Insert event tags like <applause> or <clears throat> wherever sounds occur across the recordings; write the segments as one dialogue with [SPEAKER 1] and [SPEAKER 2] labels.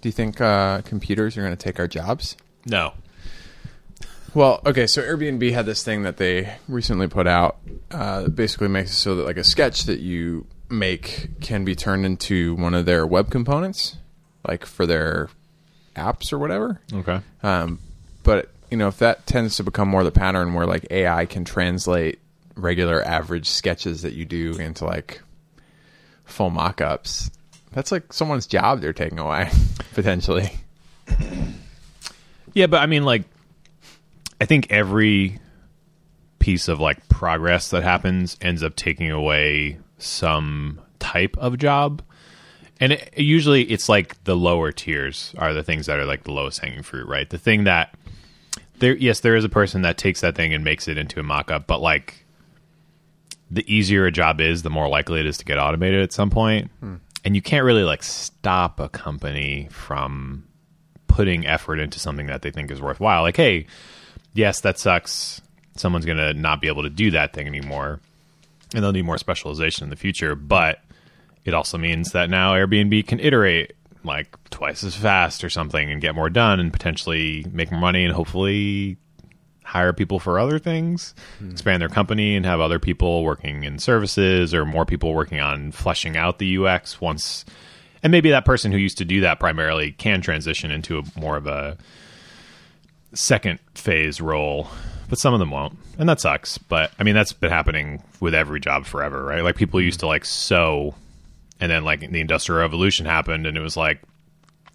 [SPEAKER 1] Do you think uh, computers are going to take our jobs?
[SPEAKER 2] No.
[SPEAKER 1] Well, okay, so Airbnb had this thing that they recently put out uh, that basically makes it so that like a sketch that you make can be turned into one of their web components, like for their apps or whatever.
[SPEAKER 2] Okay.
[SPEAKER 1] Um, but you know, if that tends to become more the pattern where like AI can translate regular average sketches that you do into like full mock-ups, that's like someone's job they're taking away <laughs> potentially.
[SPEAKER 2] Yeah, but I mean, like, I think every piece of like progress that happens ends up taking away some type of job, and it, usually it's like the lower tiers are the things that are like the lowest hanging fruit, right? The thing that there, yes, there is a person that takes that thing and makes it into a mock-up, but like the easier a job is, the more likely it is to get automated at some point. And you can't really like stop a company from putting effort into something that they think is worthwhile. Like, hey, yes, that sucks. Someone's going to not be able to do that thing anymore. And they'll need more specialization in the future. But it also means that now Airbnb can iterate like twice as fast or something and get more done and potentially make more money and hopefully hire people for other things, expand their company and have other people working in services or more people working on fleshing out the UX once and maybe that person who used to do that primarily can transition into a more of a second phase role but some of them won't and that sucks but i mean that's been happening with every job forever right like people used to like sew and then like the industrial revolution happened and it was like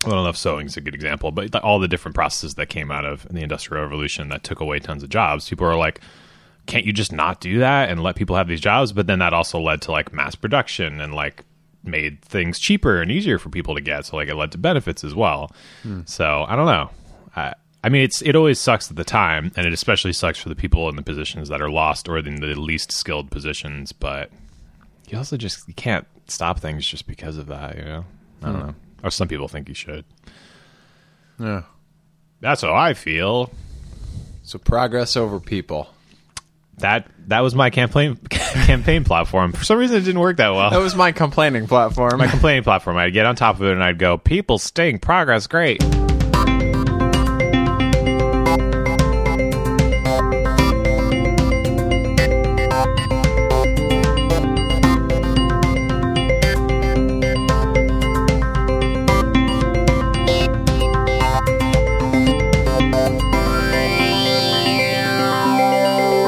[SPEAKER 2] I don't know if sewing's a good example, but th- all the different processes that came out of the Industrial Revolution that took away tons of jobs. People are like, can't you just not do that and let people have these jobs? But then that also led to like mass production and like made things cheaper and easier for people to get. So like it led to benefits as well. So I don't know. I, I mean, it's it always sucks at the time, and it especially sucks for the people in the positions that are lost or in the least skilled positions. But you also just you can't stop things just because of that. You know, I don't know. Or some people think you should.
[SPEAKER 1] Yeah.
[SPEAKER 2] That's how I feel.
[SPEAKER 1] So progress over people.
[SPEAKER 2] That that was my campaign <laughs> campaign platform. For some reason, it didn't work that well.
[SPEAKER 1] That was my complaining platform. <laughs>
[SPEAKER 2] my complaining platform. I'd get on top of it and I'd go, "People stink. Progress, great."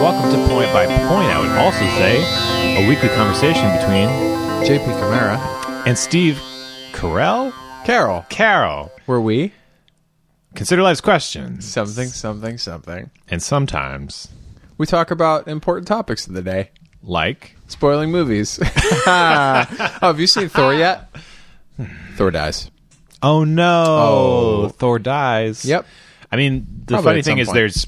[SPEAKER 2] Welcome to Point by Point. I would also say a weekly conversation between
[SPEAKER 1] JP Camara.
[SPEAKER 2] and Steve Carell
[SPEAKER 1] Carol,
[SPEAKER 2] Carroll.
[SPEAKER 1] were we?
[SPEAKER 2] Consider life's questions,
[SPEAKER 1] Something, something, something.
[SPEAKER 2] and sometimes
[SPEAKER 1] We talk about important topics of the day.
[SPEAKER 2] like
[SPEAKER 1] Spoiling movies. <laughs> oh, have you seen <laughs> Thor yet? Thor dies.
[SPEAKER 2] Oh no!
[SPEAKER 1] Oh.
[SPEAKER 2] Thor dies.
[SPEAKER 1] Yep.
[SPEAKER 2] I mean, the
[SPEAKER 1] Probably
[SPEAKER 2] funny
[SPEAKER 1] at
[SPEAKER 2] thing
[SPEAKER 1] some
[SPEAKER 2] is,
[SPEAKER 1] point.
[SPEAKER 2] there's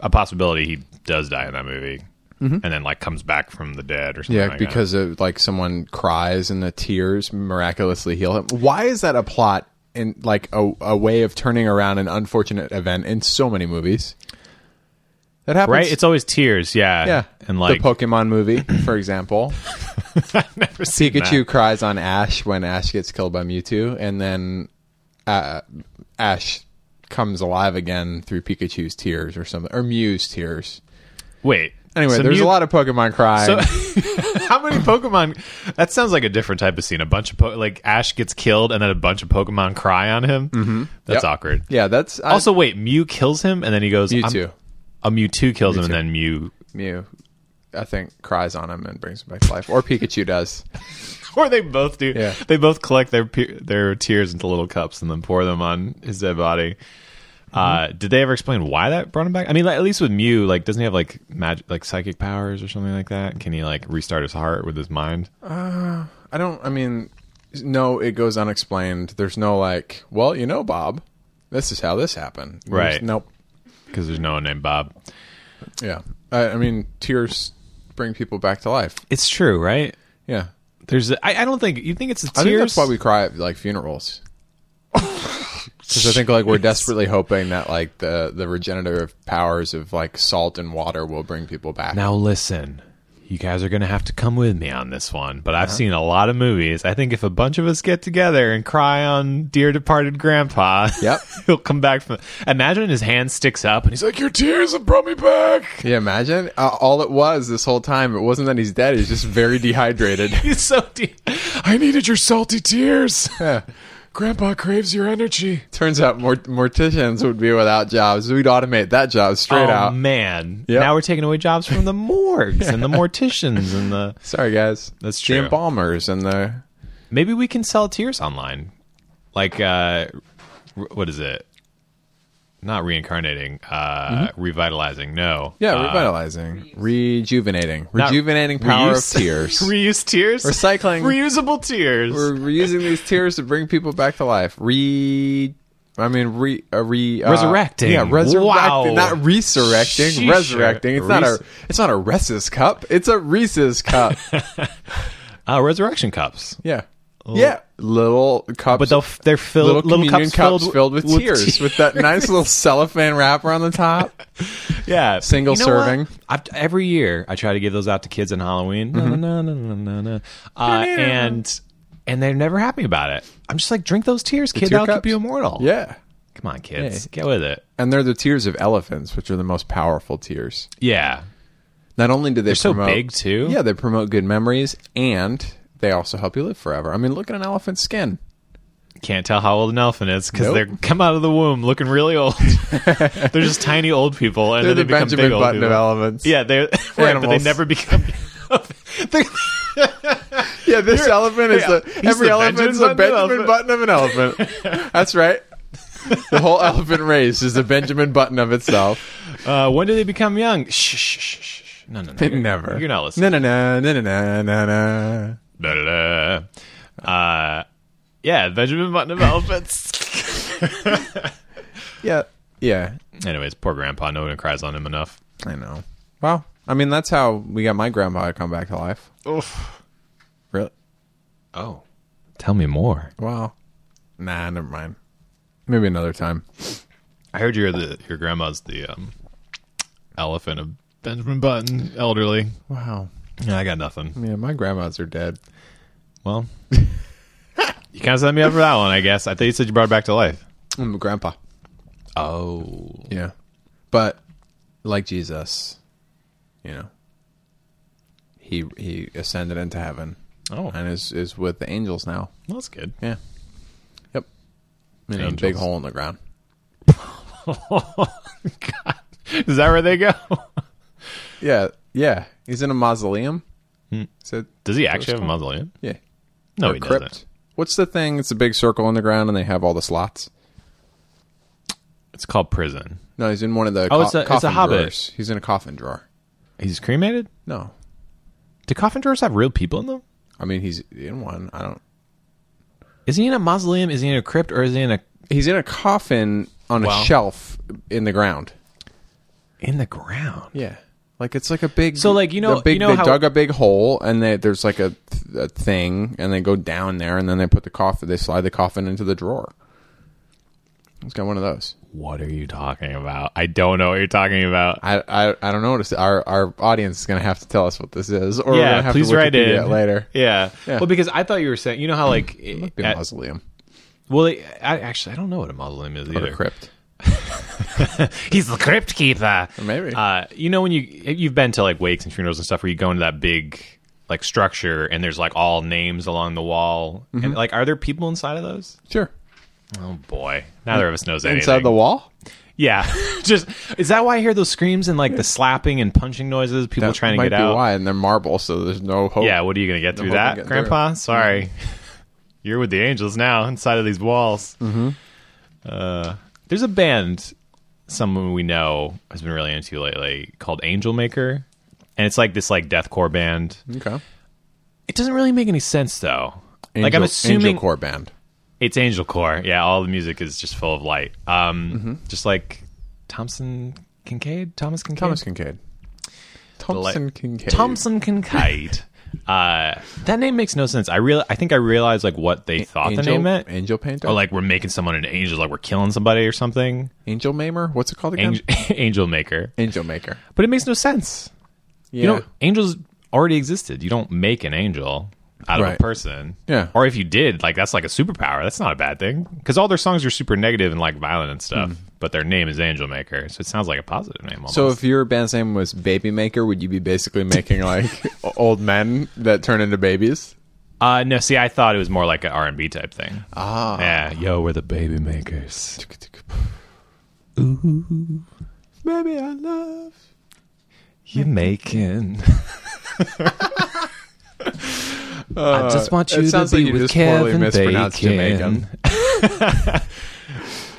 [SPEAKER 2] a possibility he does die in that movie, and then like comes back from the dead or something.
[SPEAKER 1] Mm-hmm. Yeah,
[SPEAKER 2] like that.
[SPEAKER 1] because of like someone cries and the tears miraculously heal him. Why is that a plot and like a, a way of turning around an unfortunate event in so many movies? That happens.
[SPEAKER 2] right, it's always tears. Yeah,
[SPEAKER 1] yeah.
[SPEAKER 2] and like
[SPEAKER 1] the Pokemon
[SPEAKER 2] <clears throat>
[SPEAKER 1] movie, for example.
[SPEAKER 2] never seen
[SPEAKER 1] Pikachu
[SPEAKER 2] that.
[SPEAKER 1] cries on Ash when Ash gets killed by Mewtwo, and then uh, Ash comes alive again through Pikachu's tears or something, or Mew's tears.
[SPEAKER 2] Wait.
[SPEAKER 1] Anyway,
[SPEAKER 2] so
[SPEAKER 1] there's
[SPEAKER 2] Mew-
[SPEAKER 1] a lot of Pokemon crying.
[SPEAKER 2] So, <laughs> how many Pokemon? That sounds like a different type of scene. A bunch of po- like Ash gets killed, and then a bunch of Pokemon cry on him. Mm-hmm. That's
[SPEAKER 1] Yep.
[SPEAKER 2] awkward.
[SPEAKER 1] <laughs> yeah, that's I,
[SPEAKER 2] Also, wait, Mew kills him, and then he goes
[SPEAKER 1] Mewtwo.
[SPEAKER 2] I'm- A Mewtwo kills him, and then Mew
[SPEAKER 1] Mew, I think, cries on him and brings him back to life, or Pikachu does.
[SPEAKER 2] <laughs> or they both do.
[SPEAKER 1] Yeah.
[SPEAKER 2] They both collect their pe- their tears into little cups and then pour them on his dead body. Uh, did they ever explain why that brought him back? I mean, like, at least with Mew, like, doesn't he have like magic, like psychic powers or something like that? Can he like restart his heart with his mind?
[SPEAKER 1] I don't. I mean, no, it goes unexplained. There's no like, well, you know, Bob, this is how this happened. There's-
[SPEAKER 2] Right.
[SPEAKER 1] Nope.
[SPEAKER 2] Because there's no one named Bob.
[SPEAKER 1] Yeah. I, I mean, tears bring people back to life.
[SPEAKER 2] It's true, right?
[SPEAKER 1] Yeah.
[SPEAKER 2] There's, I, I don't think you think it's the
[SPEAKER 1] I
[SPEAKER 2] tears.
[SPEAKER 1] think that's why we cry at like funerals. Because I think like we're desperately hoping that like the the regenerative powers of like salt and water will bring people back.
[SPEAKER 2] Now listen, you guys are going to have to come with me on this one, but
[SPEAKER 1] Uh-huh.
[SPEAKER 2] I've seen a lot of movies. I think if a bunch of us get together and cry on Dear Departed Grandpa, <laughs>
[SPEAKER 1] Yep.
[SPEAKER 2] he'll come back from. Imagine his hand sticks up and he's <laughs> like, Your tears have brought me back.
[SPEAKER 1] Yeah, imagine uh, all it was this whole time. It wasn't that he's dead. He's just very dehydrated. <laughs>
[SPEAKER 2] He's so deep. I needed your salty tears. Grandpa craves your energy.
[SPEAKER 1] Turns out mort- morticians would be without jobs. We'd automate that job straight
[SPEAKER 2] oh,
[SPEAKER 1] out.
[SPEAKER 2] man.
[SPEAKER 1] Yep.
[SPEAKER 2] Now we're taking away jobs
[SPEAKER 1] <laughs>
[SPEAKER 2] from the morgues and the morticians and the.
[SPEAKER 1] Sorry, guys.
[SPEAKER 2] That's
[SPEAKER 1] The
[SPEAKER 2] true.
[SPEAKER 1] embalmers and the
[SPEAKER 2] Maybe we can sell tears online. Like, uh, r- what is it? Not reincarnating, uh, revitalizing. No.
[SPEAKER 1] Mm-hmm. yeah,
[SPEAKER 2] Uh,
[SPEAKER 1] revitalizing, rejuvenating,
[SPEAKER 2] not-
[SPEAKER 1] rejuvenating power
[SPEAKER 2] reuse-
[SPEAKER 1] of <laughs> tears.
[SPEAKER 2] Reuse tears?
[SPEAKER 1] Recycling.
[SPEAKER 2] Reusable tears.
[SPEAKER 1] We're reusing these tears to bring people back to life. Re. I mean, re, uh, re uh,
[SPEAKER 2] Resurrecting.
[SPEAKER 1] Yeah, resurrecting,
[SPEAKER 2] Wow.
[SPEAKER 1] not resurrecting,
[SPEAKER 2] Sheesh.
[SPEAKER 1] resurrecting. It's not
[SPEAKER 2] Res-
[SPEAKER 1] a, it's not a Reese's cup. It's a Reese's cup. <laughs>
[SPEAKER 2] uh, resurrection cups.
[SPEAKER 1] Yeah. yeah. Little cups.
[SPEAKER 2] But they'll, f- they're filled,
[SPEAKER 1] little,
[SPEAKER 2] little,
[SPEAKER 1] communion
[SPEAKER 2] cups,
[SPEAKER 1] cups,
[SPEAKER 2] filled,
[SPEAKER 1] filled with, tears <laughs> with that nice little cellophane wrapper on the <laughs> top.
[SPEAKER 2] Yeah,
[SPEAKER 1] Single
[SPEAKER 2] what?
[SPEAKER 1] serving.
[SPEAKER 2] I've, every year, I try to give those out to kids on Halloween.
[SPEAKER 1] Mm-hmm.
[SPEAKER 2] No, no, no, no, no, no. Uh, and and they're never happy about it. I'm just like, drink those tears, kid.
[SPEAKER 1] tear
[SPEAKER 2] That'll
[SPEAKER 1] cups?
[SPEAKER 2] keep you immortal.
[SPEAKER 1] Yeah.
[SPEAKER 2] come on, kids, get with it.
[SPEAKER 1] And they're the tears of elephants, which are the most powerful tears.
[SPEAKER 2] Yeah,
[SPEAKER 1] Not only do they
[SPEAKER 2] so
[SPEAKER 1] promote
[SPEAKER 2] big, too.
[SPEAKER 1] Yeah, they promote good memories and they also help you live forever. I mean, look at an elephant's skin.
[SPEAKER 2] can't tell how old an elephant is because
[SPEAKER 1] Nope.
[SPEAKER 2] they come out of the womb looking really old.
[SPEAKER 1] <laughs>
[SPEAKER 2] they're just tiny old people, and
[SPEAKER 1] They're
[SPEAKER 2] then they
[SPEAKER 1] the
[SPEAKER 2] become
[SPEAKER 1] Benjamin
[SPEAKER 2] big old
[SPEAKER 1] Button of
[SPEAKER 2] people.
[SPEAKER 1] elephants.
[SPEAKER 2] yeah, they're right, but they <laughs>
[SPEAKER 1] Animals.
[SPEAKER 2] never <laughs> become. They're-
[SPEAKER 1] Yeah, this elephant is
[SPEAKER 2] yeah,
[SPEAKER 1] the
[SPEAKER 2] he's
[SPEAKER 1] every
[SPEAKER 2] the
[SPEAKER 1] elephant's
[SPEAKER 2] Benjamin
[SPEAKER 1] a Benjamin
[SPEAKER 2] Button
[SPEAKER 1] Button of an
[SPEAKER 2] <laughs>
[SPEAKER 1] elephant. That's right. The whole elephant race is a Benjamin Button of
[SPEAKER 2] <laughs>
[SPEAKER 1] itself.
[SPEAKER 2] uh, when do they become young? Shh, shh, shh, shh, shh. No, no, no. you're-
[SPEAKER 1] Never.
[SPEAKER 2] You're not listening.
[SPEAKER 1] Na na na na na na na.
[SPEAKER 2] Da, da, da. Uh, yeah, Benjamin Button of elephants. <laughs>
[SPEAKER 1] Yeah. Yeah.
[SPEAKER 2] Anyways, poor grandpa. No one cries on him enough.
[SPEAKER 1] I know. Well, I mean, that's how we got my grandpa to come back to life.
[SPEAKER 2] Oof.
[SPEAKER 1] Really?
[SPEAKER 2] Oh, tell me more.
[SPEAKER 1] Well, nah, never mind. Maybe another time.
[SPEAKER 2] I heard your the your grandma's the um, elephant of Benjamin Button, elderly.
[SPEAKER 1] Wow.
[SPEAKER 2] Yeah, I got nothing.
[SPEAKER 1] Yeah, my grandmas are dead.
[SPEAKER 2] <laughs> Well, you kind of set me up for that one, I guess. I thought you said you brought her back to life.
[SPEAKER 1] I'm a Mm, grandpa.
[SPEAKER 2] Oh,
[SPEAKER 1] Yeah. But like Jesus, you know, he he ascended into heaven
[SPEAKER 2] oh,
[SPEAKER 1] and is is with the angels now.
[SPEAKER 2] that's good.
[SPEAKER 1] Yeah. Yep. You know,
[SPEAKER 2] Angels.
[SPEAKER 1] big hole in the ground.
[SPEAKER 2] God, is that where they go?
[SPEAKER 1] Yeah. Yeah. He's in a mausoleum. So
[SPEAKER 2] <laughs> Does he actually have a mausoleum?
[SPEAKER 1] yeah.
[SPEAKER 2] No,
[SPEAKER 1] Or
[SPEAKER 2] Hmm. he
[SPEAKER 1] crypt.
[SPEAKER 2] doesn't.
[SPEAKER 1] What's the thing? It's a big circle in the ground, and they have all the slots.
[SPEAKER 2] It's called prison.
[SPEAKER 1] No, he's in one of the.
[SPEAKER 2] Oh, it's a- it's a
[SPEAKER 1] coffin
[SPEAKER 2] hobbit.
[SPEAKER 1] drawers. He's in a coffin drawer.
[SPEAKER 2] He's cremated.
[SPEAKER 1] No,
[SPEAKER 2] Do coffin drawers have real people in them?
[SPEAKER 1] I mean he's in one. I don't.
[SPEAKER 2] Is he in a mausoleum? Is he in a crypt? Or is he in a
[SPEAKER 1] He's in a coffin on
[SPEAKER 2] Wow.
[SPEAKER 1] a shelf in the ground.
[SPEAKER 2] in the ground?
[SPEAKER 1] Yeah, like it's like a big.
[SPEAKER 2] So, like, you know-
[SPEAKER 1] they're big,
[SPEAKER 2] you know
[SPEAKER 1] they
[SPEAKER 2] how-
[SPEAKER 1] dug a big hole, and they, there's like a, th- a thing, and they go down there, and then they put the coffin. They slide the coffin into the drawer. It's got one of those.
[SPEAKER 2] What are you talking about? I don't know what you're talking about.
[SPEAKER 1] I I, I don't know what to say. Our our audience is gonna have to tell us what this is, or we're
[SPEAKER 2] yeah,
[SPEAKER 1] gonna have
[SPEAKER 2] please
[SPEAKER 1] to
[SPEAKER 2] write
[SPEAKER 1] Wikipedia
[SPEAKER 2] in
[SPEAKER 1] it later.
[SPEAKER 2] Yeah.
[SPEAKER 1] Yeah.
[SPEAKER 2] Well, because I thought you were saying, you know how like,
[SPEAKER 1] Be a
[SPEAKER 2] at-
[SPEAKER 1] mausoleum
[SPEAKER 2] well, I, actually, I don't know what a mausoleum is
[SPEAKER 1] or a
[SPEAKER 2] either.
[SPEAKER 1] crypt.
[SPEAKER 2] He's the crypt keeper.
[SPEAKER 1] Maybe.
[SPEAKER 2] Uh, you know when you you've been to like wakes and funerals and stuff where you go into that big like structure and there's like all names along the wall
[SPEAKER 1] Mm-hmm.
[SPEAKER 2] and like are there people inside of those?
[SPEAKER 1] Sure.
[SPEAKER 2] Oh boy, neither of us knows anything.
[SPEAKER 1] Inside the wall?
[SPEAKER 2] Yeah, <laughs> just is that why I hear those screams and like the slapping and punching noises? People
[SPEAKER 1] That
[SPEAKER 2] trying to
[SPEAKER 1] might
[SPEAKER 2] get
[SPEAKER 1] be
[SPEAKER 2] out.
[SPEAKER 1] why, and they're marble, so there's no hope.
[SPEAKER 2] Yeah, what are you gonna get through
[SPEAKER 1] hope I
[SPEAKER 2] that,
[SPEAKER 1] get through
[SPEAKER 2] Grandpa? Sorry, <laughs> you're with the angels now inside of these walls. Mm-hmm. Uh, there's a band someone we know has been really into lately called Angel Maker, and it's like this like deathcore band.
[SPEAKER 1] Okay.
[SPEAKER 2] It doesn't really make any sense though. like
[SPEAKER 1] Angel-
[SPEAKER 2] I'm assuming
[SPEAKER 1] Angel Core Band.
[SPEAKER 2] it's Angel Core. Yeah, all the music is just full of light. Um,
[SPEAKER 1] Mm-hmm.
[SPEAKER 2] just like Thompson Kincaid, Thomas Kincaid,
[SPEAKER 1] Thomas Kincaid. Thompson Kincaid.
[SPEAKER 2] Thompson Kincaid. uh, that name makes no sense. I real I think I realized like what they thought
[SPEAKER 1] Angel,
[SPEAKER 2] the name meant.
[SPEAKER 1] Angel Painter?
[SPEAKER 2] Or like we're making someone an angel, like we're killing somebody or something.
[SPEAKER 1] Angel Mamer? What's it called again?
[SPEAKER 2] <laughs> Angel, angel maker,
[SPEAKER 1] Angel Maker.
[SPEAKER 2] but it makes no sense.
[SPEAKER 1] Yeah.
[SPEAKER 2] You know, angels already existed. You don't make an angel out of a
[SPEAKER 1] Right.
[SPEAKER 2] person.
[SPEAKER 1] Yeah.
[SPEAKER 2] Or if you did, like that's like a superpower. That's not a bad thing because all their songs are super negative and like violent and stuff. But their name is Angel Maker, so it sounds like a positive name. Almost.
[SPEAKER 1] So if your band's name was Baby Maker, would you be basically making <laughs> like old men that turn into babies?
[SPEAKER 2] uh, no, see, I thought it was more like an R and B type thing. Ah, yeah, yo, we're the baby makers.
[SPEAKER 1] Baby, I love.
[SPEAKER 2] You <laughs> making? I just want
[SPEAKER 1] It sounds like you just poorly mispronounced Jamaican.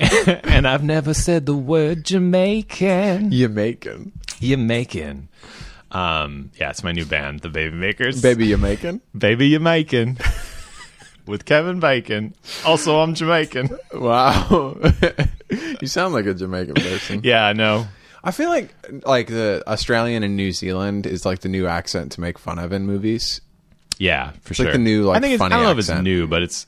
[SPEAKER 2] <laughs> and I've never said the word Jamaican.
[SPEAKER 1] Jamaican.
[SPEAKER 2] Jamaican. Um, yeah, it's my new band, the Baby Makers.
[SPEAKER 1] Baby Jamaican.
[SPEAKER 2] Baby Jamaican. <laughs> With Kevin Bacon. Also, I'm Jamaican.
[SPEAKER 1] Wow. <laughs> you sound like a Jamaican person.
[SPEAKER 2] Yeah, I know.
[SPEAKER 1] I feel like like the Australian and New Zealand is like the new accent to make fun of in movies.
[SPEAKER 2] Yeah, for sure.
[SPEAKER 1] like the new, like,
[SPEAKER 2] I think it's,
[SPEAKER 1] funny
[SPEAKER 2] I don't know if it's
[SPEAKER 1] accent.
[SPEAKER 2] new, but it's.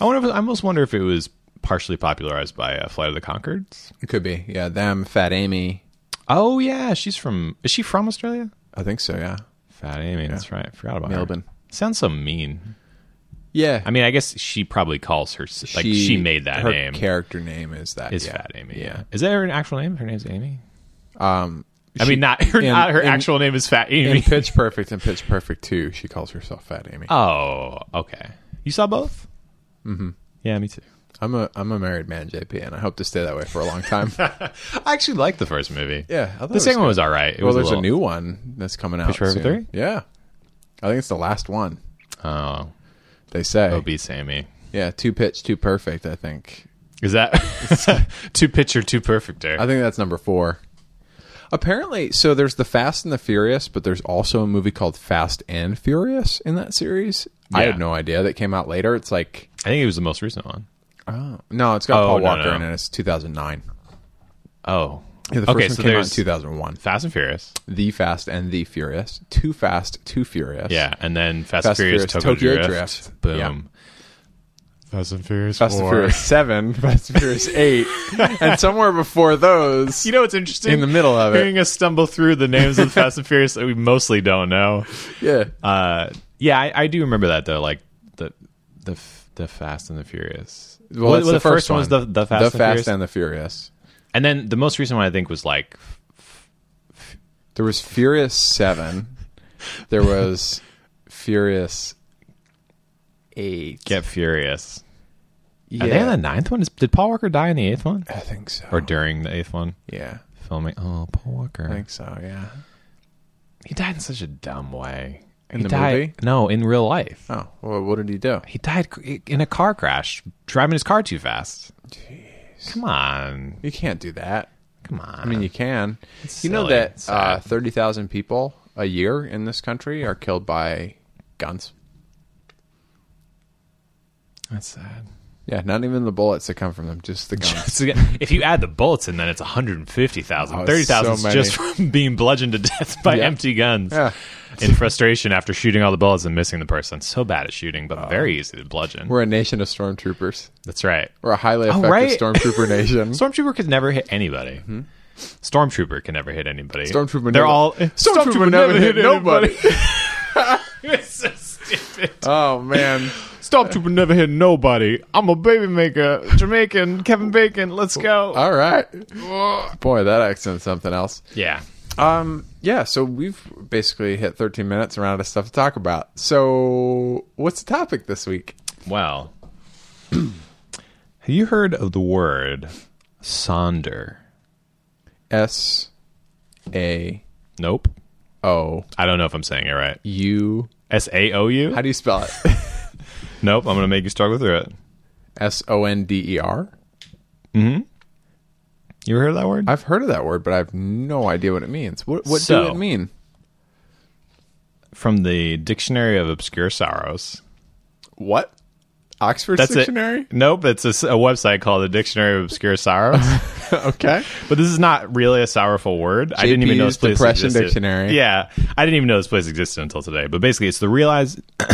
[SPEAKER 2] I wonder. If, I almost wonder if it was partially popularized by uh, Flight of the Concords.
[SPEAKER 1] It could be. Yeah, them, Fat Amy.
[SPEAKER 2] Oh yeah, she's from. Is she from Australia?
[SPEAKER 1] I think so, yeah.
[SPEAKER 2] Fat Amy. That's right. I forgot about
[SPEAKER 1] Melbourne.
[SPEAKER 2] her. Sounds so mean.
[SPEAKER 1] Yeah.
[SPEAKER 2] I mean, I guess she probably calls her like she, made that
[SPEAKER 1] her
[SPEAKER 2] name.
[SPEAKER 1] character name is that.
[SPEAKER 2] is
[SPEAKER 1] yeah.
[SPEAKER 2] Fat Amy? Yeah. Is that her actual name? Her name's Amy.
[SPEAKER 1] Um
[SPEAKER 2] I mean, not her.
[SPEAKER 1] in-
[SPEAKER 2] not her
[SPEAKER 1] in-
[SPEAKER 2] actual name is Fat
[SPEAKER 1] in
[SPEAKER 2] Amy.
[SPEAKER 1] Pitch Perfect and Pitch Perfect 2, she calls herself Fat Amy.
[SPEAKER 2] <laughs> oh, okay. You saw both. Mm-hmm. Yeah, me too.
[SPEAKER 1] I'm a I'm a married man, JP, and I hope to stay that way for a long
[SPEAKER 2] <laughs>
[SPEAKER 1] time.
[SPEAKER 2] I actually liked the first movie.
[SPEAKER 1] yeah. I thought it
[SPEAKER 2] the
[SPEAKER 1] was
[SPEAKER 2] second
[SPEAKER 1] good.
[SPEAKER 2] one was all right. It
[SPEAKER 1] Well,
[SPEAKER 2] was
[SPEAKER 1] there's a,
[SPEAKER 2] little-
[SPEAKER 1] new one that's coming out.
[SPEAKER 2] Pitch Perfect
[SPEAKER 1] soon.
[SPEAKER 2] 3?
[SPEAKER 1] Yeah. I think it's the last one,
[SPEAKER 2] Oh,
[SPEAKER 1] they say.
[SPEAKER 2] it'll Oh, be Sammy.
[SPEAKER 1] Yeah, two pitch, two perfect, I think.
[SPEAKER 2] Is that <laughs> two pitcher, two perfecter?
[SPEAKER 1] I think that's number four. Apparently, so there's the Fast and the Furious, but there's also a movie called Fast and Furious in that series. I
[SPEAKER 2] Yeah.
[SPEAKER 1] had no idea that came out later. It's like,
[SPEAKER 2] I think it was the most recent one.
[SPEAKER 1] oh, no, it's got
[SPEAKER 2] Oh,
[SPEAKER 1] Paul
[SPEAKER 2] no,
[SPEAKER 1] Walker
[SPEAKER 2] no.
[SPEAKER 1] in it. It's 2009.
[SPEAKER 2] Oh,
[SPEAKER 1] Yeah, the first
[SPEAKER 2] okay.
[SPEAKER 1] one
[SPEAKER 2] So
[SPEAKER 1] came out in
[SPEAKER 2] there's
[SPEAKER 1] 2001.
[SPEAKER 2] Fast and Furious.
[SPEAKER 1] The Fast and the Furious. Too Fast, Too Furious.
[SPEAKER 2] Yeah, and then Fast,
[SPEAKER 1] Fast
[SPEAKER 2] and Furious,
[SPEAKER 1] Furious,
[SPEAKER 2] Tokyo,
[SPEAKER 1] Tokyo
[SPEAKER 2] Drift.
[SPEAKER 1] Drift.
[SPEAKER 2] Boom.
[SPEAKER 1] Yeah.
[SPEAKER 2] Fast and Furious.
[SPEAKER 1] Fast and Furious 7, <laughs> Fast and Furious
[SPEAKER 2] <laughs>
[SPEAKER 1] 8, and somewhere before those,
[SPEAKER 2] You know what's interesting?
[SPEAKER 1] in the middle of it.
[SPEAKER 2] hearing us stumble through the names of the Fast and Furious that we mostly don't know.
[SPEAKER 1] Yeah.
[SPEAKER 2] Uh, yeah, I, I do remember that though. Like the the f- the Fast and the Furious.
[SPEAKER 1] Well, that's
[SPEAKER 2] the,
[SPEAKER 1] the,
[SPEAKER 2] first one was the the Fast, and, Furious, and-,
[SPEAKER 1] and the Furious.
[SPEAKER 2] then the most recent one I think was like
[SPEAKER 1] There was Furious Seven. there was Furious Eight.
[SPEAKER 2] Get Furious.
[SPEAKER 1] yeah,
[SPEAKER 2] Are they on the ninth one? Is, did Paul Walker die in the eighth one
[SPEAKER 1] I think so.
[SPEAKER 2] or during the eighth one?
[SPEAKER 1] yeah,
[SPEAKER 2] Filming. Oh, Paul Walker.
[SPEAKER 1] I think so. Yeah.
[SPEAKER 2] He died in such a dumb way.
[SPEAKER 1] In
[SPEAKER 2] He
[SPEAKER 1] the
[SPEAKER 2] died-
[SPEAKER 1] movie?
[SPEAKER 2] No, in real life.
[SPEAKER 1] Oh, well, what did he do?
[SPEAKER 2] He died c- in a car crash driving his car too fast. Come on.
[SPEAKER 1] You can't do that.
[SPEAKER 2] Come on.
[SPEAKER 1] I mean, you can.
[SPEAKER 2] It's
[SPEAKER 1] you know
[SPEAKER 2] silly.
[SPEAKER 1] that
[SPEAKER 2] It's
[SPEAKER 1] uh,
[SPEAKER 2] sad.
[SPEAKER 1] thirty thousand people a year in this country are killed by guns.
[SPEAKER 2] that's sad.
[SPEAKER 1] Yeah, not even the bullets that come from them, just the guns.
[SPEAKER 2] <laughs> So yeah, if you add the bullets in, then it's 150,000.
[SPEAKER 1] Oh, it's
[SPEAKER 2] 30,000
[SPEAKER 1] so
[SPEAKER 2] is just <laughs> from being bludgeoned to death by
[SPEAKER 1] Yeah.
[SPEAKER 2] empty guns
[SPEAKER 1] Yeah.
[SPEAKER 2] in frustration after shooting all the bullets and missing the person. So bad at shooting, but very easy to bludgeon.
[SPEAKER 1] We're a nation of stormtroopers.
[SPEAKER 2] That's right.
[SPEAKER 1] We're a highly effective
[SPEAKER 2] Oh, right.
[SPEAKER 1] stormtrooper
[SPEAKER 2] <laughs>
[SPEAKER 1] nation.
[SPEAKER 2] Stormtrooper could never hit anybody. Stormtrooper can Hmm? never hit anybody.
[SPEAKER 1] Stormtrooper
[SPEAKER 2] They're
[SPEAKER 1] never-
[SPEAKER 2] all
[SPEAKER 1] Stormtrooper never hit anybody.
[SPEAKER 2] <laughs> it's so stupid.
[SPEAKER 1] oh man.
[SPEAKER 2] Stormtrooper never hit nobody. I'm a baby maker, Jamaican, Kevin Bacon. Let's go.
[SPEAKER 1] All right. Boy, that accent's something else.
[SPEAKER 2] Yeah.
[SPEAKER 1] Um, yeah, so we've basically hit 13 minutes and run out of stuff to talk about. So, what's the topic this week?
[SPEAKER 2] Well, <clears throat> have you heard of the word sonder?
[SPEAKER 1] S A
[SPEAKER 2] Nope.
[SPEAKER 1] O
[SPEAKER 2] I don't know if I'm saying it right.
[SPEAKER 1] U.
[SPEAKER 2] S A O U.
[SPEAKER 1] How do you spell it?
[SPEAKER 2] Nope. I'm gonna make you struggle through it.
[SPEAKER 1] <laughs> S O N D E R?
[SPEAKER 2] You ever heard that word?
[SPEAKER 1] I've heard of that word, but I have no idea what it means. What, what
[SPEAKER 2] So-
[SPEAKER 1] do it mean?
[SPEAKER 2] From the Dictionary of Obscure Sorrows.
[SPEAKER 1] What? Oxford
[SPEAKER 2] That's
[SPEAKER 1] Dictionary? <laughs>
[SPEAKER 2] it. Nope, it's a, s- a website called the Dictionary of Obscure Sorrows.
[SPEAKER 1] okay.
[SPEAKER 2] but this is not really a sorrowful word. I didn't even know this
[SPEAKER 1] JP's
[SPEAKER 2] place
[SPEAKER 1] Depression
[SPEAKER 2] existed.
[SPEAKER 1] Dictionary.
[SPEAKER 2] Yeah, I didn't even know this place existed until today. But basically, it's the realized <coughs>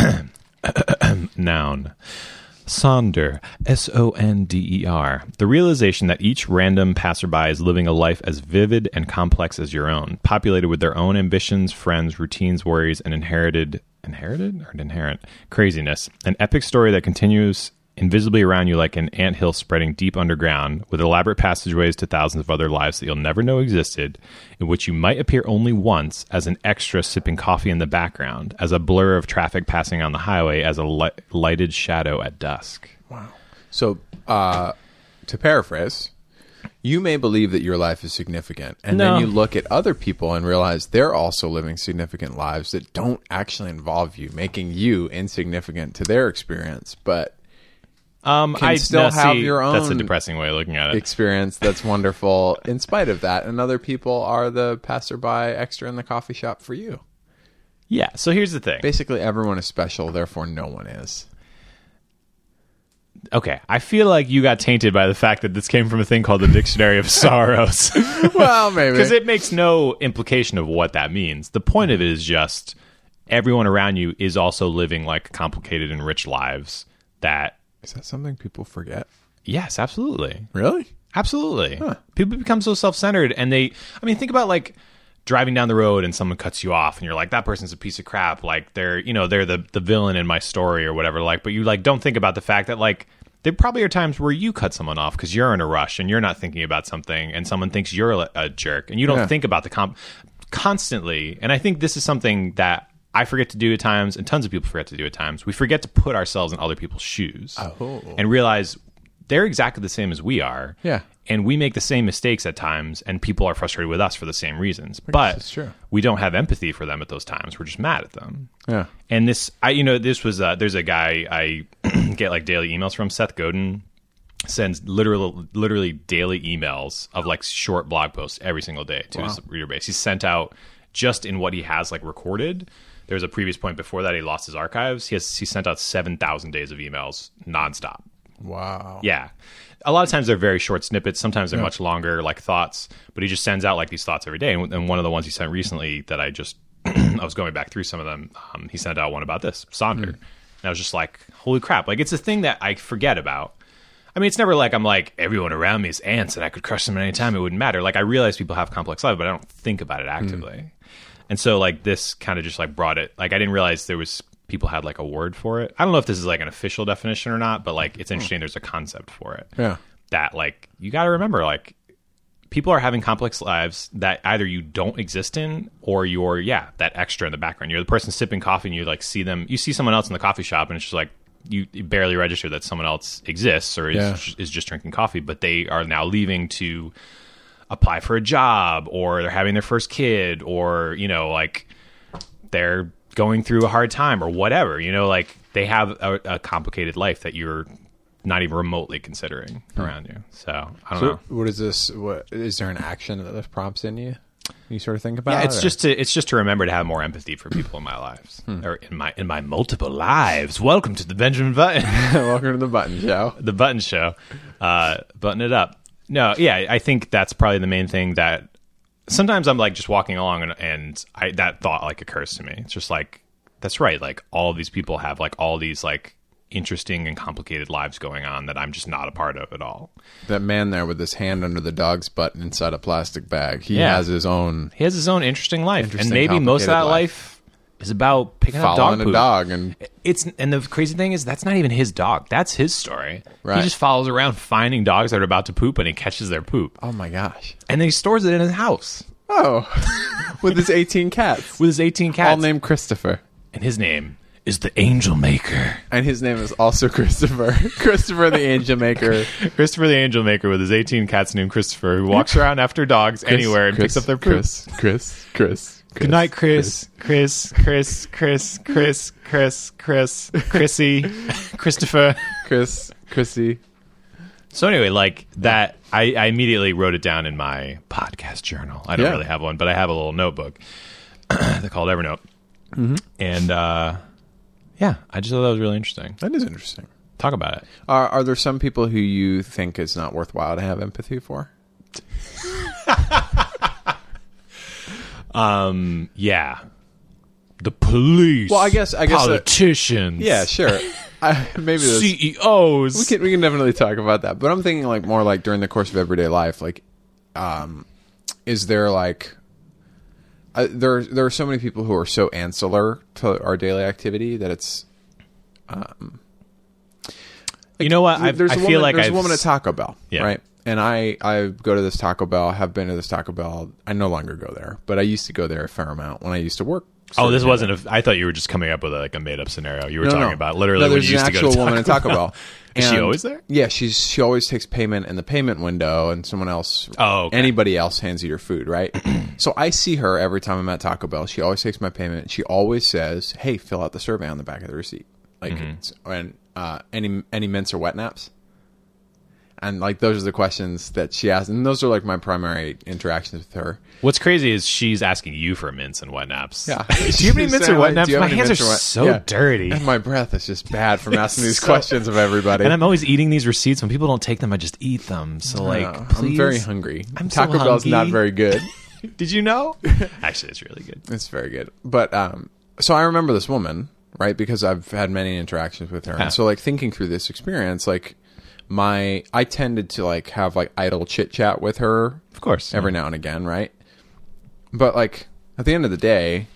[SPEAKER 2] noun Sonder, S O N D E R. The realization that each random passerby is living a life as vivid and complex as your own, populated with their own ambitions, friends, routines, worries, and inherited inherited or inherent craziness. An epic story that continues invisibly around you like an anthill spreading deep underground, with elaborate passageways to thousands of other lives that you'll never know existed, in which you might appear only once as an extra sipping coffee in the background, as a blur of traffic passing on the highway, as a li- lighted shadow at dusk.
[SPEAKER 1] So, uh, to paraphrase, you may believe that your life is significant, and
[SPEAKER 2] No.
[SPEAKER 1] then you look at other people and realize they're also living significant lives that don't actually involve you, making you insignificant to their experience, but
[SPEAKER 2] Um,
[SPEAKER 1] Can
[SPEAKER 2] I
[SPEAKER 1] still
[SPEAKER 2] no,
[SPEAKER 1] have
[SPEAKER 2] see,
[SPEAKER 1] your
[SPEAKER 2] That's a
[SPEAKER 1] own
[SPEAKER 2] depressing way of looking at it.
[SPEAKER 1] experience that's wonderful in spite of that. And other people are the passerby extra in the coffee shop for you.
[SPEAKER 2] yeah. So here's the thing.
[SPEAKER 1] Basically, everyone is special, therefore, no one is.
[SPEAKER 2] Okay, I feel like you got tainted by the fact that this came from a thing called the Dictionary of Sorrows.
[SPEAKER 1] <laughs> Well, maybe.
[SPEAKER 2] because it makes no implication of what that means. The point of it is just everyone around you is also living like complicated and rich lives. That
[SPEAKER 1] is that something people forget?
[SPEAKER 2] yes, absolutely,
[SPEAKER 1] Really?
[SPEAKER 2] absolutely. People become so self centered, and they. I mean, think about like driving down the road and someone cuts you off, and you're like, that person's a piece of crap. Like they're you know they're the the villain in my story or whatever. Like, but you like don't think about the fact that like. There probably are times where you cut someone off because you're in a rush and you're not thinking about something, and someone thinks you're a, a jerk, and you don't
[SPEAKER 1] Yeah.
[SPEAKER 2] think. think about the comp constantly. And I think this is something that I forget to do at times, and tons of people forget to do at times. We forget to put ourselves in other people's shoes
[SPEAKER 1] Oh.
[SPEAKER 2] and realize they're exactly the same as we are.
[SPEAKER 1] Yeah.
[SPEAKER 2] And we make the same mistakes at times, and people are frustrated with us for the same reasons. But
[SPEAKER 1] that's true.
[SPEAKER 2] we don't have empathy for them at those times. We're just mad at them.
[SPEAKER 1] Yeah.
[SPEAKER 2] And this, I you know, this was uh, there's a guy I <clears throat> get like daily emails from Seth Godin sends literally literally daily emails of like short blog posts every single day to his reader base. He's sent out just in what he has like recorded. There was a previous point before that he lost his archives. He has he sent out seven thousand days of emails nonstop.
[SPEAKER 1] Wow.
[SPEAKER 2] Yeah. A lot of times they're very short snippets. Sometimes they're much longer, like thoughts. But he just sends out like these thoughts every day. And, and one of the ones he sent recently that I just, <clears throat> I was going back through some of them. Um, he sent out one about this Sonder, and I was just like, holy crap! Like it's a thing that I forget about. I mean, it's never like I'm like everyone around me is ants and I could crush them at any time. It wouldn't matter. Like I realize people have complex lives, but I don't think about it actively. And so like this kind of just like brought it. Like I didn't realize there was people had like a word for it. I don't know if this is like an official definition or not, but like it's interesting. There's a concept for it
[SPEAKER 1] Yeah.
[SPEAKER 2] that like you got to remember like people are having complex lives that either you don't exist in or you're yeah that extra in the background you're the person sipping coffee and you like see them you see someone else in the coffee shop and it's just like you you barely register that someone else exists or is,
[SPEAKER 1] Yeah.
[SPEAKER 2] is just drinking coffee but they are now leaving to apply for a job or they're having their first kid or you know like they're going through a hard time or whatever you know like they have a, a complicated life that you're not even remotely considering around you so i don't know
[SPEAKER 1] So what is this? What is there an action that this prompts in you? You sort of think about.
[SPEAKER 2] yeah,
[SPEAKER 1] it,
[SPEAKER 2] it's
[SPEAKER 1] or-
[SPEAKER 2] just <laughs> to it's just to remember to have more empathy for people in my lives or in my in my multiple lives welcome to the benjamin button <laughs>
[SPEAKER 1] welcome to the button show.
[SPEAKER 2] the button show uh button it up no yeah i think that's probably the main thing that sometimes i'm like just walking along and, and i that thought like occurs to me it's just like that's right like all these people have like all these like interesting and complicated lives going on that i'm just not a part of at all
[SPEAKER 1] That man there with his hand under the dog's butt and inside a plastic bag. He
[SPEAKER 2] Yeah.
[SPEAKER 1] has his own
[SPEAKER 2] he has his own interesting life
[SPEAKER 1] Interesting,
[SPEAKER 2] and maybe most of that
[SPEAKER 1] complicated
[SPEAKER 2] life, is about picking up dog
[SPEAKER 1] following
[SPEAKER 2] poop
[SPEAKER 1] a dog and
[SPEAKER 2] <laughs> it's and the crazy thing is that's not even his dog that's his story
[SPEAKER 1] Right.
[SPEAKER 2] he just follows around finding dogs that are about to poop and he catches their poop
[SPEAKER 1] oh my gosh.
[SPEAKER 2] and then he stores it in his house
[SPEAKER 1] Oh, with his eighteen cats,
[SPEAKER 2] with his 18 cats.
[SPEAKER 1] all named Christopher,
[SPEAKER 2] and his name is the Angel Maker.
[SPEAKER 1] and his name is also Christopher. <laughs> Christopher the Angel Maker.
[SPEAKER 2] Christopher the Angel Maker with his 18 cats named Christopher, who <laughs> walks around after dogs anywhere and
[SPEAKER 1] Chris,
[SPEAKER 2] picks up their poop.
[SPEAKER 1] Chris. Chris. Chris.
[SPEAKER 2] Good night, Chris. Chris, Chris, Chris, Chris, Chris, Chris, <laughs> Chrissy, Christopher.
[SPEAKER 1] Chris. Chrissy.
[SPEAKER 2] So anyway, like that, I, I immediately wrote it down in my podcast journal. I don't
[SPEAKER 1] Yeah.
[SPEAKER 2] really have one, but I have a little notebook <clears throat> called Evernote. Mm-hmm. And uh, yeah, I just thought that was really interesting.
[SPEAKER 1] That is interesting.
[SPEAKER 2] Talk about it.
[SPEAKER 1] Are are there some people who you think it's not worthwhile to have empathy for?
[SPEAKER 2] Yeah. The police.
[SPEAKER 1] Well, I guess- I guess that-
[SPEAKER 2] politicians.
[SPEAKER 1] uh,
[SPEAKER 2] E
[SPEAKER 1] Yeah, sure. <laughs> I, maybe this,
[SPEAKER 2] CEOs.
[SPEAKER 1] we can we can definitely talk about that. But I'm thinking like more like during the course of everyday life, like, um, is there like I, there there are so many people who are so ancillary to our daily activity that it's
[SPEAKER 2] you know what? i
[SPEAKER 1] there's
[SPEAKER 2] I
[SPEAKER 1] a
[SPEAKER 2] feel
[SPEAKER 1] woman,
[SPEAKER 2] like
[SPEAKER 1] there's
[SPEAKER 2] I've
[SPEAKER 1] a woman at
[SPEAKER 2] s-
[SPEAKER 1] Taco Bell,
[SPEAKER 2] Yeah.
[SPEAKER 1] right? And I I go to this Taco Bell, have been to this Taco Bell. I no longer go there, but I used to go there a fair amount when I used to work.
[SPEAKER 2] Oh, this wasn't. A, I thought you were just coming up with like a made up scenario. You were
[SPEAKER 1] No,
[SPEAKER 2] talking
[SPEAKER 1] no.
[SPEAKER 2] about literally
[SPEAKER 1] No,
[SPEAKER 2] when
[SPEAKER 1] there's
[SPEAKER 2] you used
[SPEAKER 1] an
[SPEAKER 2] to go
[SPEAKER 1] actual
[SPEAKER 2] to
[SPEAKER 1] woman at Taco Bell.
[SPEAKER 2] Is she
[SPEAKER 1] And-
[SPEAKER 2] always there?
[SPEAKER 1] Yeah, she's she always takes payment in the payment window, and someone else,
[SPEAKER 2] <laughs> Oh, okay.
[SPEAKER 1] anybody else, hands you your food, right? <clears throat> so I see her every time I'm at Taco Bell. She always takes my payment. She always says, "Hey, fill out the survey on the back of the receipt." Like,
[SPEAKER 2] Mm-hmm.
[SPEAKER 1] it's- and uh, any any mints or wet naps. And like those are the questions that she asks, and those are like my primary interactions with
[SPEAKER 2] <laughs>
[SPEAKER 1] her.
[SPEAKER 2] What's crazy is she's asking you for mints and wet naps.
[SPEAKER 1] Yeah.
[SPEAKER 2] <laughs> do you have any
[SPEAKER 1] She's
[SPEAKER 2] mints or
[SPEAKER 1] saying,
[SPEAKER 2] wet
[SPEAKER 1] like,
[SPEAKER 2] naps?
[SPEAKER 1] do you have
[SPEAKER 2] My
[SPEAKER 1] any
[SPEAKER 2] hands are
[SPEAKER 1] mints or wet-
[SPEAKER 2] so
[SPEAKER 1] Yeah.
[SPEAKER 2] dirty,
[SPEAKER 1] And
[SPEAKER 2] and
[SPEAKER 1] my breath is just bad from asking these
[SPEAKER 2] So-
[SPEAKER 1] questions of everybody.
[SPEAKER 2] I'm always eating these receipts. When people don't take them, I just eat them. So like,
[SPEAKER 1] Uh,
[SPEAKER 2] please.
[SPEAKER 1] I'm very hungry.
[SPEAKER 2] I'm so
[SPEAKER 1] Taco Bell's
[SPEAKER 2] hungry.
[SPEAKER 1] not very
[SPEAKER 2] <laughs>
[SPEAKER 1] good.
[SPEAKER 2] Did
[SPEAKER 1] <laughs>
[SPEAKER 2] you know? Actually, it's really good.
[SPEAKER 1] it's very good. But um, so I remember this woman, right? Because I've had many interactions with her,
[SPEAKER 2] Huh.
[SPEAKER 1] and so like thinking through this experience, like my I tended to like have like idle chit chat with her
[SPEAKER 2] Of course.
[SPEAKER 1] every now and again, right? But like at the end of the day,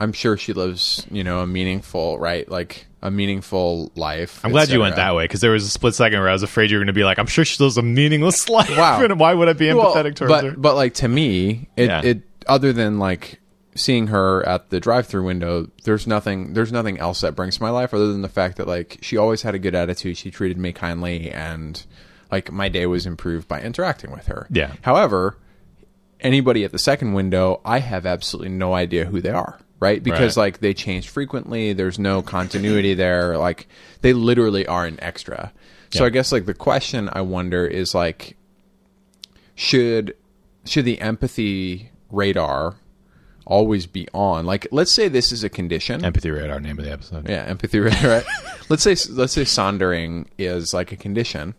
[SPEAKER 1] I'm sure she lives, you know, a meaningful, right? Like a meaningful life.
[SPEAKER 2] I'm glad you went that way because there was a split second where I was afraid you were going to be like, I'm sure she lives a meaningless <laughs> life.
[SPEAKER 1] Wow.
[SPEAKER 2] and why would I be
[SPEAKER 1] Well,
[SPEAKER 2] empathetic towards
[SPEAKER 1] but,
[SPEAKER 2] her?
[SPEAKER 1] But like to me, it,
[SPEAKER 2] Yeah.
[SPEAKER 1] it other than like seeing her at the drive-through window, there's nothing there's nothing else that brings to my life other than the fact that like she always had a good attitude. She treated me kindly and like my day was improved by interacting with her.
[SPEAKER 2] Yeah.
[SPEAKER 1] However, anybody at the second window, I have absolutely no idea who they are, right? Because
[SPEAKER 2] Right.
[SPEAKER 1] like they change frequently, there's no continuity there, like they literally are an extra. So
[SPEAKER 2] Yeah.
[SPEAKER 1] I guess like the question I wonder is like should should the empathy radar always be on? Like let's say this is a condition.
[SPEAKER 2] Empathy radar, name of the episode.
[SPEAKER 1] yeah, empathy <laughs> radar. Right? let's say let's say sondering is like a condition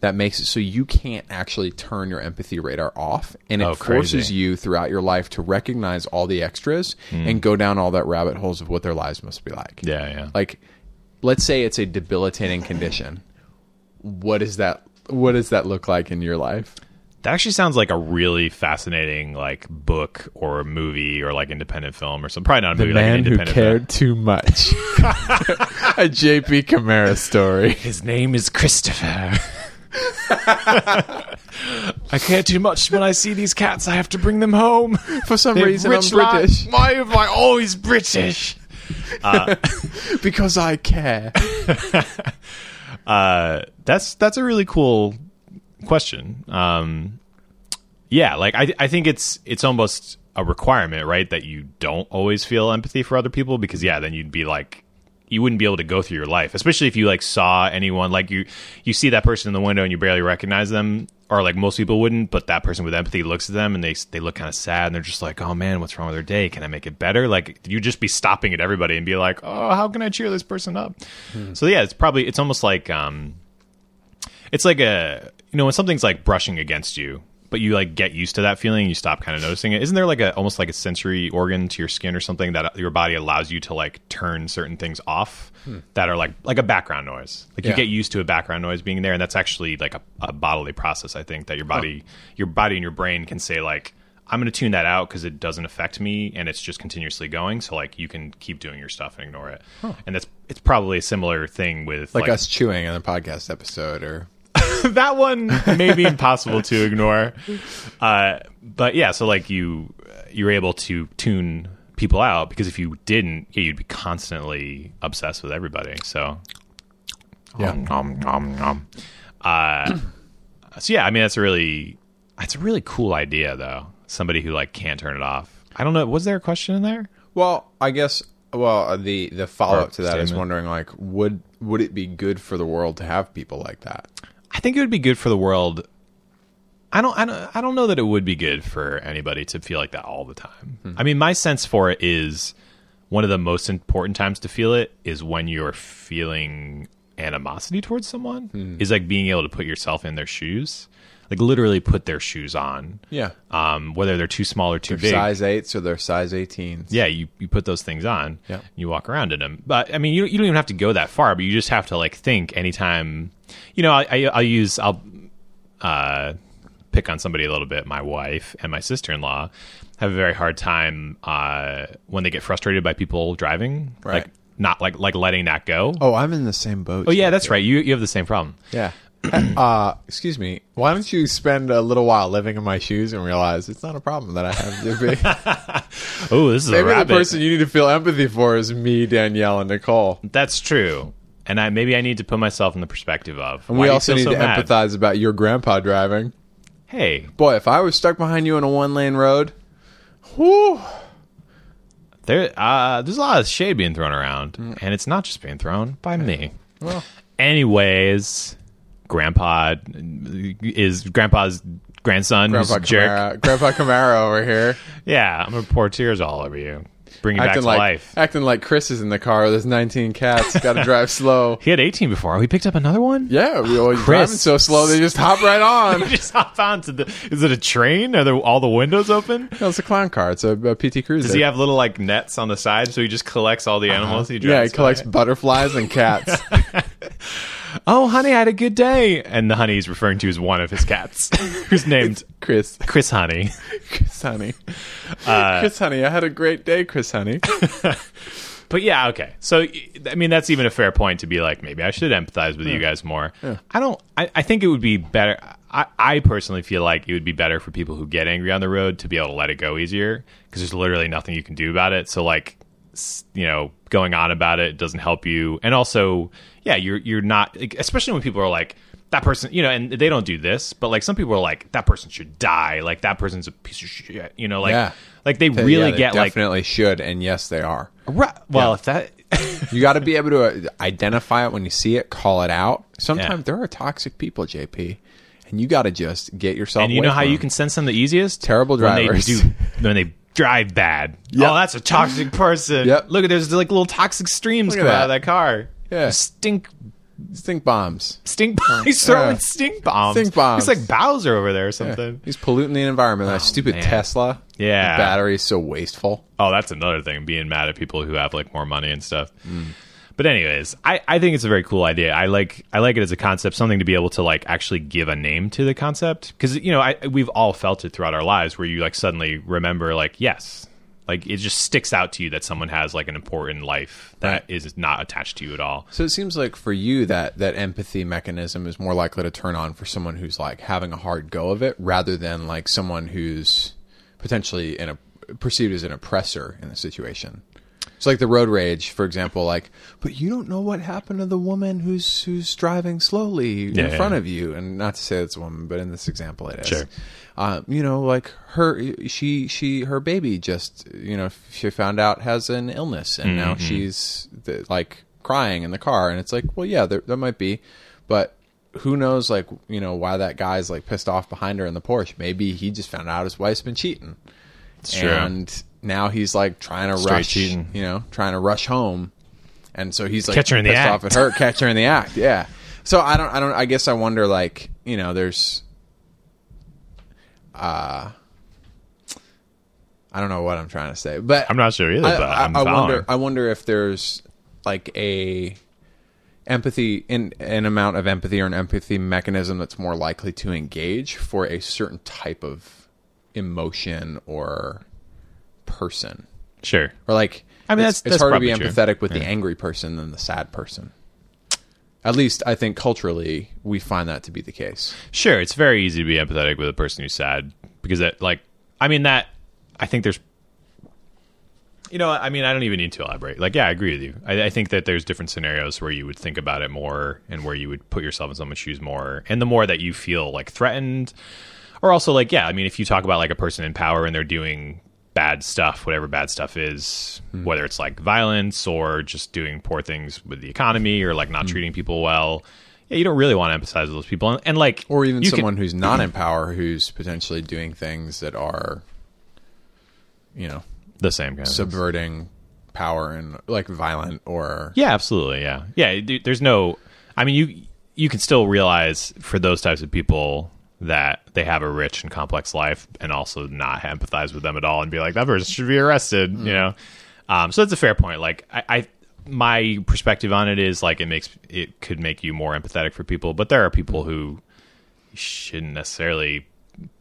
[SPEAKER 1] that makes it so you can't actually turn your empathy radar off and it
[SPEAKER 2] Oh, crazy.
[SPEAKER 1] forces you throughout your life to recognize all the extras and go down all that rabbit holes of what their lives must be like.
[SPEAKER 2] Hmm. Yeah, yeah.
[SPEAKER 1] Like let's say it's a debilitating condition. What is that what does that look like in your life?
[SPEAKER 2] That actually sounds like a really fascinating like book or movie or like independent film or something. Probably not a movie. like an independent Film.
[SPEAKER 1] too <laughs> much. a JP Camara story.
[SPEAKER 2] His name is Christopher. <laughs> I care too much when I see these cats. I have to bring them home.
[SPEAKER 1] For some
[SPEAKER 2] They're
[SPEAKER 1] reason, I'm
[SPEAKER 2] rich lot.
[SPEAKER 1] British
[SPEAKER 2] Why am I always British?
[SPEAKER 1] because I care.
[SPEAKER 2] Uh, that's that's a really cool question. Um, yeah, like I I think it's it's almost a requirement, right, that you don't always feel empathy for other people because yeah, then you'd be like you wouldn't be able to go through your life, especially if you like saw anyone like you you see that person in the window and you barely recognize them or like most people wouldn't, but that person with empathy looks at them and they they look kind of sad and they're just like, "Oh man, what's wrong with their day? Can I make it better?" Like you'd just be stopping at everybody and be like, "Oh, how can I cheer this person up?" So yeah, it's probably it's almost like um it's like a you know when something's like brushing against you but you like get used to that feeling you stop kind of noticing it isn't there like a almost like a sensory organ to your skin or something that uh, your body allows you to like turn certain things off that are like like a background noise like
[SPEAKER 1] Hmm. Yeah.
[SPEAKER 2] you get used to a background noise being there and that's actually like a, a bodily process i think that your body your body and your brain can say like i'm going to tune that out because it doesn't affect me and it's just continuously going so like you can keep doing your stuff and ignore it and that's it's probably a similar thing with
[SPEAKER 1] Like, us chewing in a podcast episode, or
[SPEAKER 2] <laughs> that one may be impossible to ignore. Uh, but yeah, so like you, you're able to tune people out because if you didn't, yeah, you'd be constantly obsessed with everybody. So
[SPEAKER 1] Yeah.
[SPEAKER 2] Nom, nom, nom. Uh, <clears throat> so yeah, I mean that's a really that's a really cool idea though. Somebody who like can't turn it off. I don't know. Was there a question in there?
[SPEAKER 1] well, I guess. Well, uh, the the follow up
[SPEAKER 2] Or
[SPEAKER 1] to that is
[SPEAKER 2] statement.
[SPEAKER 1] wondering like would would it be good for the world to have people like that?
[SPEAKER 2] I think it would be good for the world. I don't, I don't, I don't know that it would be good for anybody to feel like that all the time. I mean, my sense for it is one of the most important times to feel it is when you're feeling animosity towards someone. Is like being able to put yourself in their shoes. like literally put their shoes on.
[SPEAKER 1] Yeah.
[SPEAKER 2] Um, whether they're too small or too
[SPEAKER 1] They're
[SPEAKER 2] big.
[SPEAKER 1] size eights or they're size 18s.
[SPEAKER 2] Yeah, you, you put those things on.
[SPEAKER 1] Yeah.
[SPEAKER 2] You walk around in them. But I mean, you, you don't even have to go that far, but you just have to like think anytime. You know, I, I, I'll use, I'll uh, pick on somebody a little bit. My wife and my sister in law have a very hard time uh, when they get frustrated by people driving.
[SPEAKER 1] Right.
[SPEAKER 2] Like, not like like letting that go.
[SPEAKER 1] Oh, I'm in the same boat.
[SPEAKER 2] Oh yeah, that's right. You you have the same problem.
[SPEAKER 1] <laughs> <clears throat> Yeah. uh, excuse me. Why don't you spend a little while living in my shoes and realize it's not a problem that I have to <laughs> be?
[SPEAKER 2] Oh, this is a
[SPEAKER 1] Maybe the
[SPEAKER 2] rabbit.
[SPEAKER 1] person you need to feel empathy for is me, Danielle, and Nicole.
[SPEAKER 2] That's true. And I maybe I need to put myself in the perspective of.
[SPEAKER 1] And
[SPEAKER 2] why
[SPEAKER 1] we
[SPEAKER 2] do you
[SPEAKER 1] also
[SPEAKER 2] feel
[SPEAKER 1] need
[SPEAKER 2] so
[SPEAKER 1] to
[SPEAKER 2] mad?
[SPEAKER 1] empathize about your grandpa driving.
[SPEAKER 2] Hey,
[SPEAKER 1] Boy, if I was stuck behind you on a one lane road, whew,
[SPEAKER 2] there uh, there's a lot of shade being thrown around, and it's not just being thrown by me.
[SPEAKER 1] Well.
[SPEAKER 2] anyways, Grandpa is Grandpa's grandson. who's
[SPEAKER 1] Grandpa
[SPEAKER 2] a jerk.
[SPEAKER 1] Camaro, Grandpa Camaro
[SPEAKER 2] <laughs>
[SPEAKER 1] over here,
[SPEAKER 2] Yeah, I'm gonna pour tears all over you. Bring you back
[SPEAKER 1] acting
[SPEAKER 2] to
[SPEAKER 1] like
[SPEAKER 2] life.
[SPEAKER 1] acting like Chris is in the car with his 19 cats.
[SPEAKER 2] <laughs>
[SPEAKER 1] Got to drive slow.
[SPEAKER 2] He had 18 before. Oh, he picked up another one.
[SPEAKER 1] Yeah, we always
[SPEAKER 2] Chris.
[SPEAKER 1] driving so slow they just hop right on.
[SPEAKER 2] <laughs> Just hop onto the. Is it a train? Are there all the windows open?
[SPEAKER 1] No, it's a clown car. It's a, a PT Cruiser.
[SPEAKER 2] Does he have little like nets on the side so he just collects all the animals he
[SPEAKER 1] Uh-huh. yeah,
[SPEAKER 2] drives?
[SPEAKER 1] he collects butterflies and cats.
[SPEAKER 2] <laughs> by? Oh, honey, I had a good day. And the honey he's referring to is one of his cats, <laughs>
[SPEAKER 1] <laughs>
[SPEAKER 2] who's named
[SPEAKER 1] Chris,
[SPEAKER 2] Chris Honey.
[SPEAKER 1] Chris Honey,
[SPEAKER 2] Uh,
[SPEAKER 1] Chris Honey, I had a great day, Chris Honey.
[SPEAKER 2] But yeah, okay. So y- I mean, that's even a fair point to be like, maybe I should empathize with you guys more. I don't. I, I think it would be better. I, I personally feel like it would be better for people who get angry on the road to be able to let it go easier because there's literally nothing you can do about it. So like, s- you know, going on about it doesn't help you. And also, yeah, you're you're not like, especially when people are like. That person, you know, and they don't do this, but like some people are like, that person should die. Like that person's a piece of shit, you know, like,
[SPEAKER 1] Yeah.
[SPEAKER 2] like they really
[SPEAKER 1] Yeah, they
[SPEAKER 2] get like,
[SPEAKER 1] definitely should, and yes, they are.
[SPEAKER 2] Ri- well, if that, <laughs>
[SPEAKER 1] You got to be able to uh, identify it when you see it, call it out. Sometimes
[SPEAKER 2] Yeah.
[SPEAKER 1] there are toxic people, JP, and you got to just get yourself.
[SPEAKER 2] And you
[SPEAKER 1] away
[SPEAKER 2] know how
[SPEAKER 1] from
[SPEAKER 2] you
[SPEAKER 1] them.
[SPEAKER 2] can sense them the easiest?
[SPEAKER 1] Terrible drivers. <laughs>
[SPEAKER 2] When they do when they drive bad.
[SPEAKER 1] Yep.
[SPEAKER 2] Oh, that's a toxic person.
[SPEAKER 1] Yep.
[SPEAKER 2] Look at there's like little toxic streams
[SPEAKER 1] Look at
[SPEAKER 2] coming out of
[SPEAKER 1] that.
[SPEAKER 2] that car.
[SPEAKER 1] Yeah.
[SPEAKER 2] Stink
[SPEAKER 1] stink bombs.
[SPEAKER 2] stink bombs. <laughs> He's throwing stink bombs.
[SPEAKER 1] Stink bombs.
[SPEAKER 2] He's like Bowser over there or
[SPEAKER 1] Yeah.
[SPEAKER 2] something.
[SPEAKER 1] He's polluting the environment. that stupid
[SPEAKER 2] Oh, man.
[SPEAKER 1] Tesla.
[SPEAKER 2] Yeah.
[SPEAKER 1] the battery's so wasteful.
[SPEAKER 2] Oh, that's another thing, being mad at people who have like more money and stuff. But anyways, I, I think it's a very cool idea. I like I like it as a concept, something to be able to like actually give a name to the concept because you know I, we've all felt it throughout our lives where you like suddenly remember like yes, like it just sticks out to you that someone has like an important life that is not attached to you at all.
[SPEAKER 1] So it seems like for you that that empathy mechanism is more likely to turn on for someone who's like having a hard go of it rather than like someone who's potentially in a perceived as an oppressor in the situation. It's like the road rage, for example, like, but you don't know what happened to the woman who's who's driving slowly in
[SPEAKER 2] Yeah.
[SPEAKER 1] front of you, and not to say it's a woman, but in this example, it is.
[SPEAKER 2] Sure.
[SPEAKER 1] Um, you know, like her, she, she, her baby just, you know, she found out has an illness, and now
[SPEAKER 2] Mm-hmm.
[SPEAKER 1] she's the, like crying in the car, and it's like, well, yeah, there, there might be, but who knows, like, you know, why that guy's like pissed off behind her in the Porsche? Maybe he just found out his wife's been cheating,
[SPEAKER 2] true.
[SPEAKER 1] and now he's like trying to
[SPEAKER 2] Straight
[SPEAKER 1] rush,
[SPEAKER 2] cheating.
[SPEAKER 1] you know, trying to rush home, and so he's like
[SPEAKER 2] Catch her in the
[SPEAKER 1] pissed
[SPEAKER 2] act.
[SPEAKER 1] off at her, catch her in the act, yeah. So I don't, I don't, I guess I wonder, like, you know, there's uh, I don't know what I'm trying to say, but
[SPEAKER 2] I'm not sure either,
[SPEAKER 1] I,
[SPEAKER 2] but
[SPEAKER 1] I-
[SPEAKER 2] I'm
[SPEAKER 1] I
[SPEAKER 2] following.
[SPEAKER 1] wonder. I wonder if there's like a empathy in an amount of empathy or an empathy mechanism that's more likely to engage for a certain type of emotion or person,
[SPEAKER 2] Sure.
[SPEAKER 1] or like
[SPEAKER 2] I mean,
[SPEAKER 1] it's,
[SPEAKER 2] that's-
[SPEAKER 1] it's
[SPEAKER 2] that's
[SPEAKER 1] harder to be
[SPEAKER 2] probably true.
[SPEAKER 1] empathetic with the angry person than the sad person. At least I think culturally we find that to be the case.
[SPEAKER 2] Sure, it's very easy to be empathetic with a person who's sad because that, like, I mean that. I think there's, you know, I mean, I don't even need to elaborate. Like, yeah, I agree with you. I, I think that there's different scenarios where you would think about it more and where you would put yourself in someone's shoes more, and the more that you feel like threatened, or also like, yeah, I mean, if you talk about like a person in power and they're doing bad stuff, whatever bad stuff is,
[SPEAKER 1] Hmm.
[SPEAKER 2] whether it's like violence or just doing poor things with the economy or like not
[SPEAKER 1] Hmm.
[SPEAKER 2] treating people well. Yeah, you don't really want to emphasize with those people, and, and like,
[SPEAKER 1] or even
[SPEAKER 2] you can-
[SPEAKER 1] someone who's not
[SPEAKER 2] <clears throat>
[SPEAKER 1] in power who's potentially doing things that are you know
[SPEAKER 2] the same kind of things.
[SPEAKER 1] subverting power and like violent or
[SPEAKER 2] yeah absolutely yeah yeah it- there's no i mean you you can still realize for those types of people that they have a rich and complex life and also not empathize with them at all and be like that person should be arrested you know um, so that's a fair point like I, I my perspective on it is like it makes it could make you more empathetic for people but there are people who shouldn't necessarily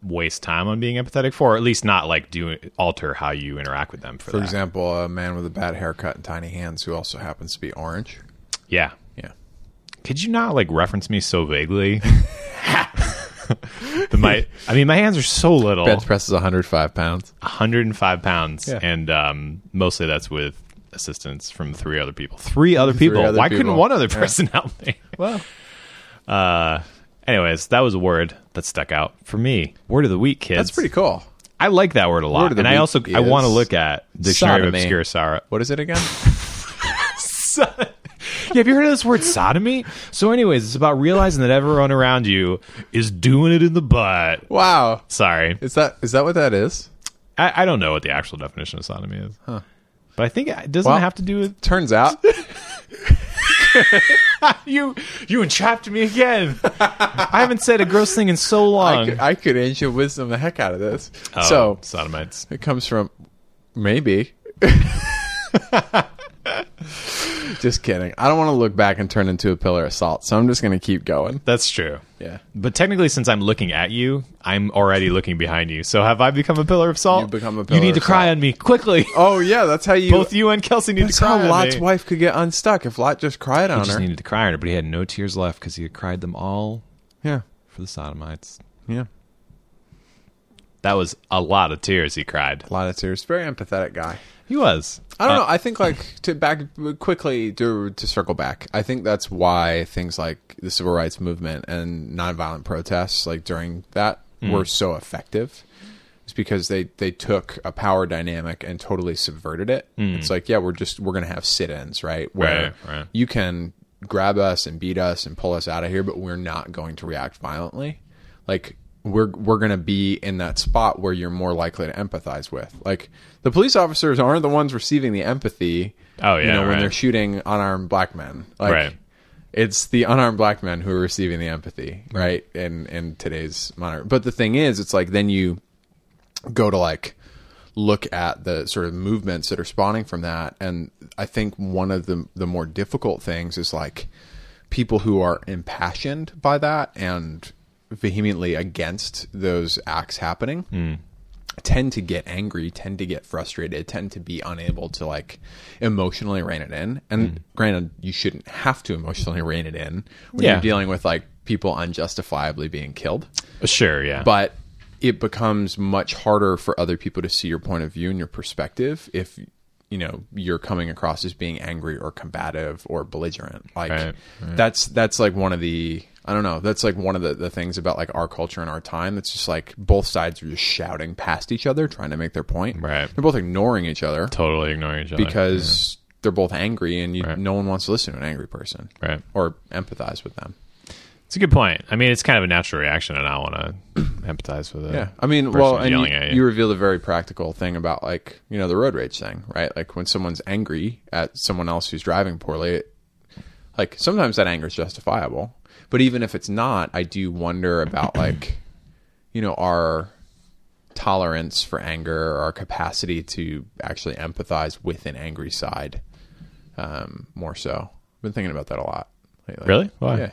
[SPEAKER 2] waste time on being empathetic for or at least not like do alter how you interact with them for,
[SPEAKER 1] For
[SPEAKER 2] that.
[SPEAKER 1] example, a man with a bad haircut and tiny hands who also happens to be orange.
[SPEAKER 2] yeah
[SPEAKER 1] Yeah.
[SPEAKER 2] could you not like reference me
[SPEAKER 1] <laughs>
[SPEAKER 2] so vaguely The- my i mean my hands are so little
[SPEAKER 1] Bench press is 105 pounds.
[SPEAKER 2] 105 pounds
[SPEAKER 1] Yeah.
[SPEAKER 2] and um, mostly that's with assistance from three other people three other people
[SPEAKER 1] other
[SPEAKER 2] why
[SPEAKER 1] people.
[SPEAKER 2] couldn't one other person <laughs> help me
[SPEAKER 1] Well,
[SPEAKER 2] uh, anyways that was a word that stuck out for me word of the week kids
[SPEAKER 1] that's pretty cool.
[SPEAKER 2] i like that word a lot
[SPEAKER 1] Word of the
[SPEAKER 2] and i
[SPEAKER 1] week
[SPEAKER 2] also i
[SPEAKER 1] is
[SPEAKER 2] want to look at dictionary
[SPEAKER 1] sodomy.
[SPEAKER 2] of obscure sorrow
[SPEAKER 1] What is it again?
[SPEAKER 2] yeah have you heard of this word sodomy so anyways it's about realizing that everyone around you is doing it in the butt
[SPEAKER 1] wow.
[SPEAKER 2] sorry
[SPEAKER 1] Is that is that what that is?
[SPEAKER 2] I, I don't know what the actual definition of sodomy is but i think it doesn't
[SPEAKER 1] Well-
[SPEAKER 2] have to do with
[SPEAKER 1] Turns out
[SPEAKER 2] You you entrapped me
[SPEAKER 1] <laughs>
[SPEAKER 2] again. I haven't said a gross thing in so
[SPEAKER 1] I
[SPEAKER 2] long.
[SPEAKER 1] could, I could ancient wisdom the heck out of this.
[SPEAKER 2] Oh,
[SPEAKER 1] So
[SPEAKER 2] sodomites.
[SPEAKER 1] it comes from maybe. <laughs> just kidding. I don't want to look back and turn into a pillar of salt, so I'm just going to keep going.
[SPEAKER 2] That's true.
[SPEAKER 1] Yeah.
[SPEAKER 2] But technically, since I'm looking at you, I'm already looking behind you. So have I become a pillar of salt?
[SPEAKER 1] You've become a
[SPEAKER 2] You
[SPEAKER 1] pillar
[SPEAKER 2] need to
[SPEAKER 1] of
[SPEAKER 2] cry
[SPEAKER 1] salt.
[SPEAKER 2] on me quickly.
[SPEAKER 1] Oh yeah, that's how you.
[SPEAKER 2] Both you and Kelsey need
[SPEAKER 1] that's
[SPEAKER 2] to cry
[SPEAKER 1] how
[SPEAKER 2] on
[SPEAKER 1] Lot's
[SPEAKER 2] me.
[SPEAKER 1] wife could get unstuck if Lot just cried
[SPEAKER 2] He
[SPEAKER 1] on
[SPEAKER 2] just
[SPEAKER 1] her.
[SPEAKER 2] needed to cry on her, but he had no tears left because he had cried them all
[SPEAKER 1] yeah,
[SPEAKER 2] for the sodomites.
[SPEAKER 1] yeah.
[SPEAKER 2] That was a lot of tears he cried.
[SPEAKER 1] A lot of tears. Very empathetic guy.
[SPEAKER 2] He was.
[SPEAKER 1] I don't
[SPEAKER 2] Uh,
[SPEAKER 1] know. I think like to back quickly to to circle back. I think that's why things like the civil rights movement and nonviolent protests, like during that, were so effective. It's because they they took a power dynamic and totally subverted it. It's like yeah, we're just we're gonna have sit-ins, right? Where
[SPEAKER 2] Hmm. Right, right.
[SPEAKER 1] you can grab us and beat us and pull us out of here, but we're not going to react violently. Like we're we're gonna be in that spot where you're more likely to empathize with. Like the police officers aren't the ones receiving the empathy.
[SPEAKER 2] Oh,
[SPEAKER 1] you
[SPEAKER 2] yeah,
[SPEAKER 1] know when
[SPEAKER 2] right.
[SPEAKER 1] they're shooting unarmed black men. Like,
[SPEAKER 2] Right.
[SPEAKER 1] It's the unarmed black men who are receiving the empathy, right? In in today's modern. But the thing is, it's like then you go to like look at the sort of movements that are spawning from that and i think one of the the more difficult things is like people who are impassioned by that and vehemently against those acts happening tend to get angry tend to get frustrated tend to be unable to like emotionally rein it in and granted you shouldn't have to emotionally rein it in when
[SPEAKER 2] Yeah.
[SPEAKER 1] you're dealing with like people unjustifiably being killed
[SPEAKER 2] sure, yeah.
[SPEAKER 1] but it becomes much harder for other people to see your point of view and your perspective if you know you're coming across as being angry or combative or belligerent like
[SPEAKER 2] Right,
[SPEAKER 1] that's that's like one of the i don't know that's like one of the, the things about like our culture and our time that's just like both sides are just shouting past each other trying to make their point
[SPEAKER 2] Right.
[SPEAKER 1] they're both ignoring each other
[SPEAKER 2] totally ignoring each other.
[SPEAKER 1] because they're both angry and you, no one wants to listen to an angry person
[SPEAKER 2] Right.
[SPEAKER 1] or empathize with them
[SPEAKER 2] It's a good point. I mean, it's kind of a natural reaction, and I want to <clears throat> empathize with it.
[SPEAKER 1] Yeah, I mean,
[SPEAKER 2] person
[SPEAKER 1] well, and you,
[SPEAKER 2] yelling at you.
[SPEAKER 1] you revealed a very practical thing about like you know the road rage thing, right? Like when someone's angry at someone else who's driving poorly, it, like sometimes that anger is justifiable, but even if it's not, I do wonder
[SPEAKER 2] <clears throat>
[SPEAKER 1] about like you know our tolerance for anger, or our capacity to actually empathize with an angry side, um, more so. I've been thinking about that a lot lately.
[SPEAKER 2] Really? Why?
[SPEAKER 1] Yeah.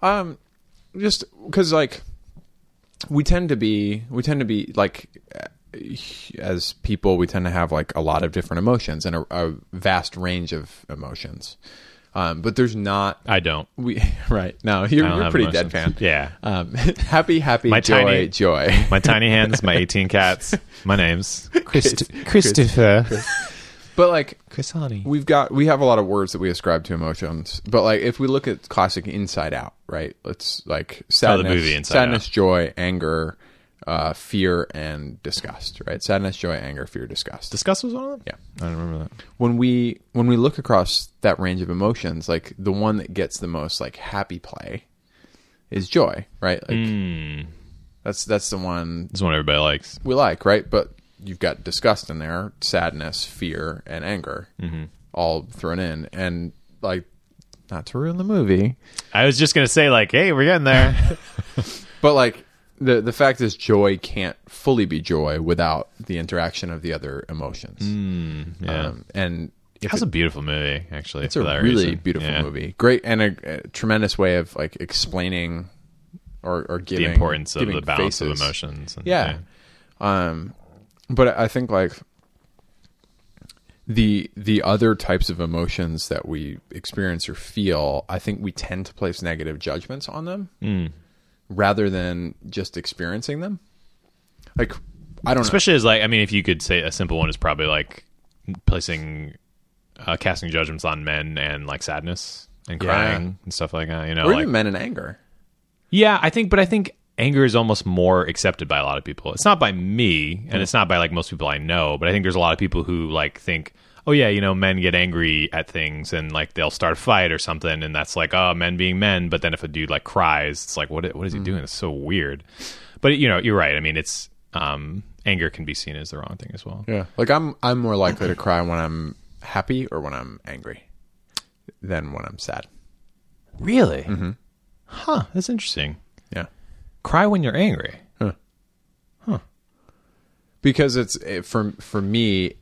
[SPEAKER 1] Um, just because like we tend to be we tend to be like eh, as people we tend to have like a lot of different emotions and a, a vast range of emotions um, but there's not
[SPEAKER 2] I don't.
[SPEAKER 1] we <laughs> right no you're,
[SPEAKER 2] I don't
[SPEAKER 1] you're
[SPEAKER 2] have
[SPEAKER 1] pretty
[SPEAKER 2] emotions.
[SPEAKER 1] deadpan
[SPEAKER 2] Yeah.
[SPEAKER 1] um, <laughs> happy happy
[SPEAKER 2] My
[SPEAKER 1] joy
[SPEAKER 2] tiny-
[SPEAKER 1] joy <laughs>
[SPEAKER 2] My tiny hands, my 18 cats, my names.
[SPEAKER 1] Christopher. but like
[SPEAKER 2] Chrisani.
[SPEAKER 1] we've got we have a lot of words that we ascribe to emotions but like if we look at classic inside out right let's like
[SPEAKER 2] the
[SPEAKER 1] sadness
[SPEAKER 2] movie Inside
[SPEAKER 1] sadness joy anger uh, fear and disgust right sadness joy anger fear disgust
[SPEAKER 2] Discuss was one of them?
[SPEAKER 1] Yeah.
[SPEAKER 2] I don't remember that.
[SPEAKER 1] when we when we look across that range of emotions like the one that gets the most like happy play is joy right like
[SPEAKER 2] Hmm.
[SPEAKER 1] that's that's the one
[SPEAKER 2] This one everybody likes.
[SPEAKER 1] we like, right? But you've got disgust in there, sadness, fear, and anger
[SPEAKER 2] Mm-hmm.
[SPEAKER 1] all thrown in. And, like, not to ruin the movie, <laughs>
[SPEAKER 2] I was just going to say, like, hey, we're getting there.
[SPEAKER 1] but, like, the the fact is joy can't fully be joy without the interaction of the other emotions.
[SPEAKER 2] Mm, Yeah.
[SPEAKER 1] Um, and if
[SPEAKER 2] That's
[SPEAKER 1] it-
[SPEAKER 2] a beautiful movie, actually.
[SPEAKER 1] it's a really beautiful
[SPEAKER 2] movie.
[SPEAKER 1] movie, great and a, a tremendous way of like explaining or or
[SPEAKER 2] the
[SPEAKER 1] giving
[SPEAKER 2] importance of
[SPEAKER 1] giving
[SPEAKER 2] the balance of
[SPEAKER 1] faces.
[SPEAKER 2] emotions. And,
[SPEAKER 1] Yeah. Um, but I think like the the other types of emotions that we experience or feel, I think we tend to place negative judgments on them
[SPEAKER 2] Mm.
[SPEAKER 1] rather than just experiencing them. Like I don't
[SPEAKER 2] Especially as like, I mean, if you could say a simple one is probably like placing, uh, casting judgments on men and like sadness and
[SPEAKER 1] Yeah.
[SPEAKER 2] crying and stuff like that. You know,
[SPEAKER 1] know, or
[SPEAKER 2] like
[SPEAKER 1] even men in anger.
[SPEAKER 2] yeah, I think, but I think anger is almost more accepted by a lot of people. It's not by me, and it's not by like most people I know, but I think there's a lot of people who like think. Oh yeah, you know, men get angry at things and like they'll start a fight or something, and that's like, oh, men being men. But then if a dude like cries, it's like, what? i- What
[SPEAKER 1] Mm.
[SPEAKER 2] is he doing? It's so weird. But you know, you're right. I mean, it's um, anger can be seen as the wrong thing as well.
[SPEAKER 1] Yeah. Like I'm I'm more likely to cry when I'm happy or when I'm angry than when I'm sad.
[SPEAKER 2] Really?
[SPEAKER 1] Mm-hmm.
[SPEAKER 2] Huh. That's interesting.
[SPEAKER 1] Yeah.
[SPEAKER 2] Cry when you're angry.
[SPEAKER 1] Because it's it, for for me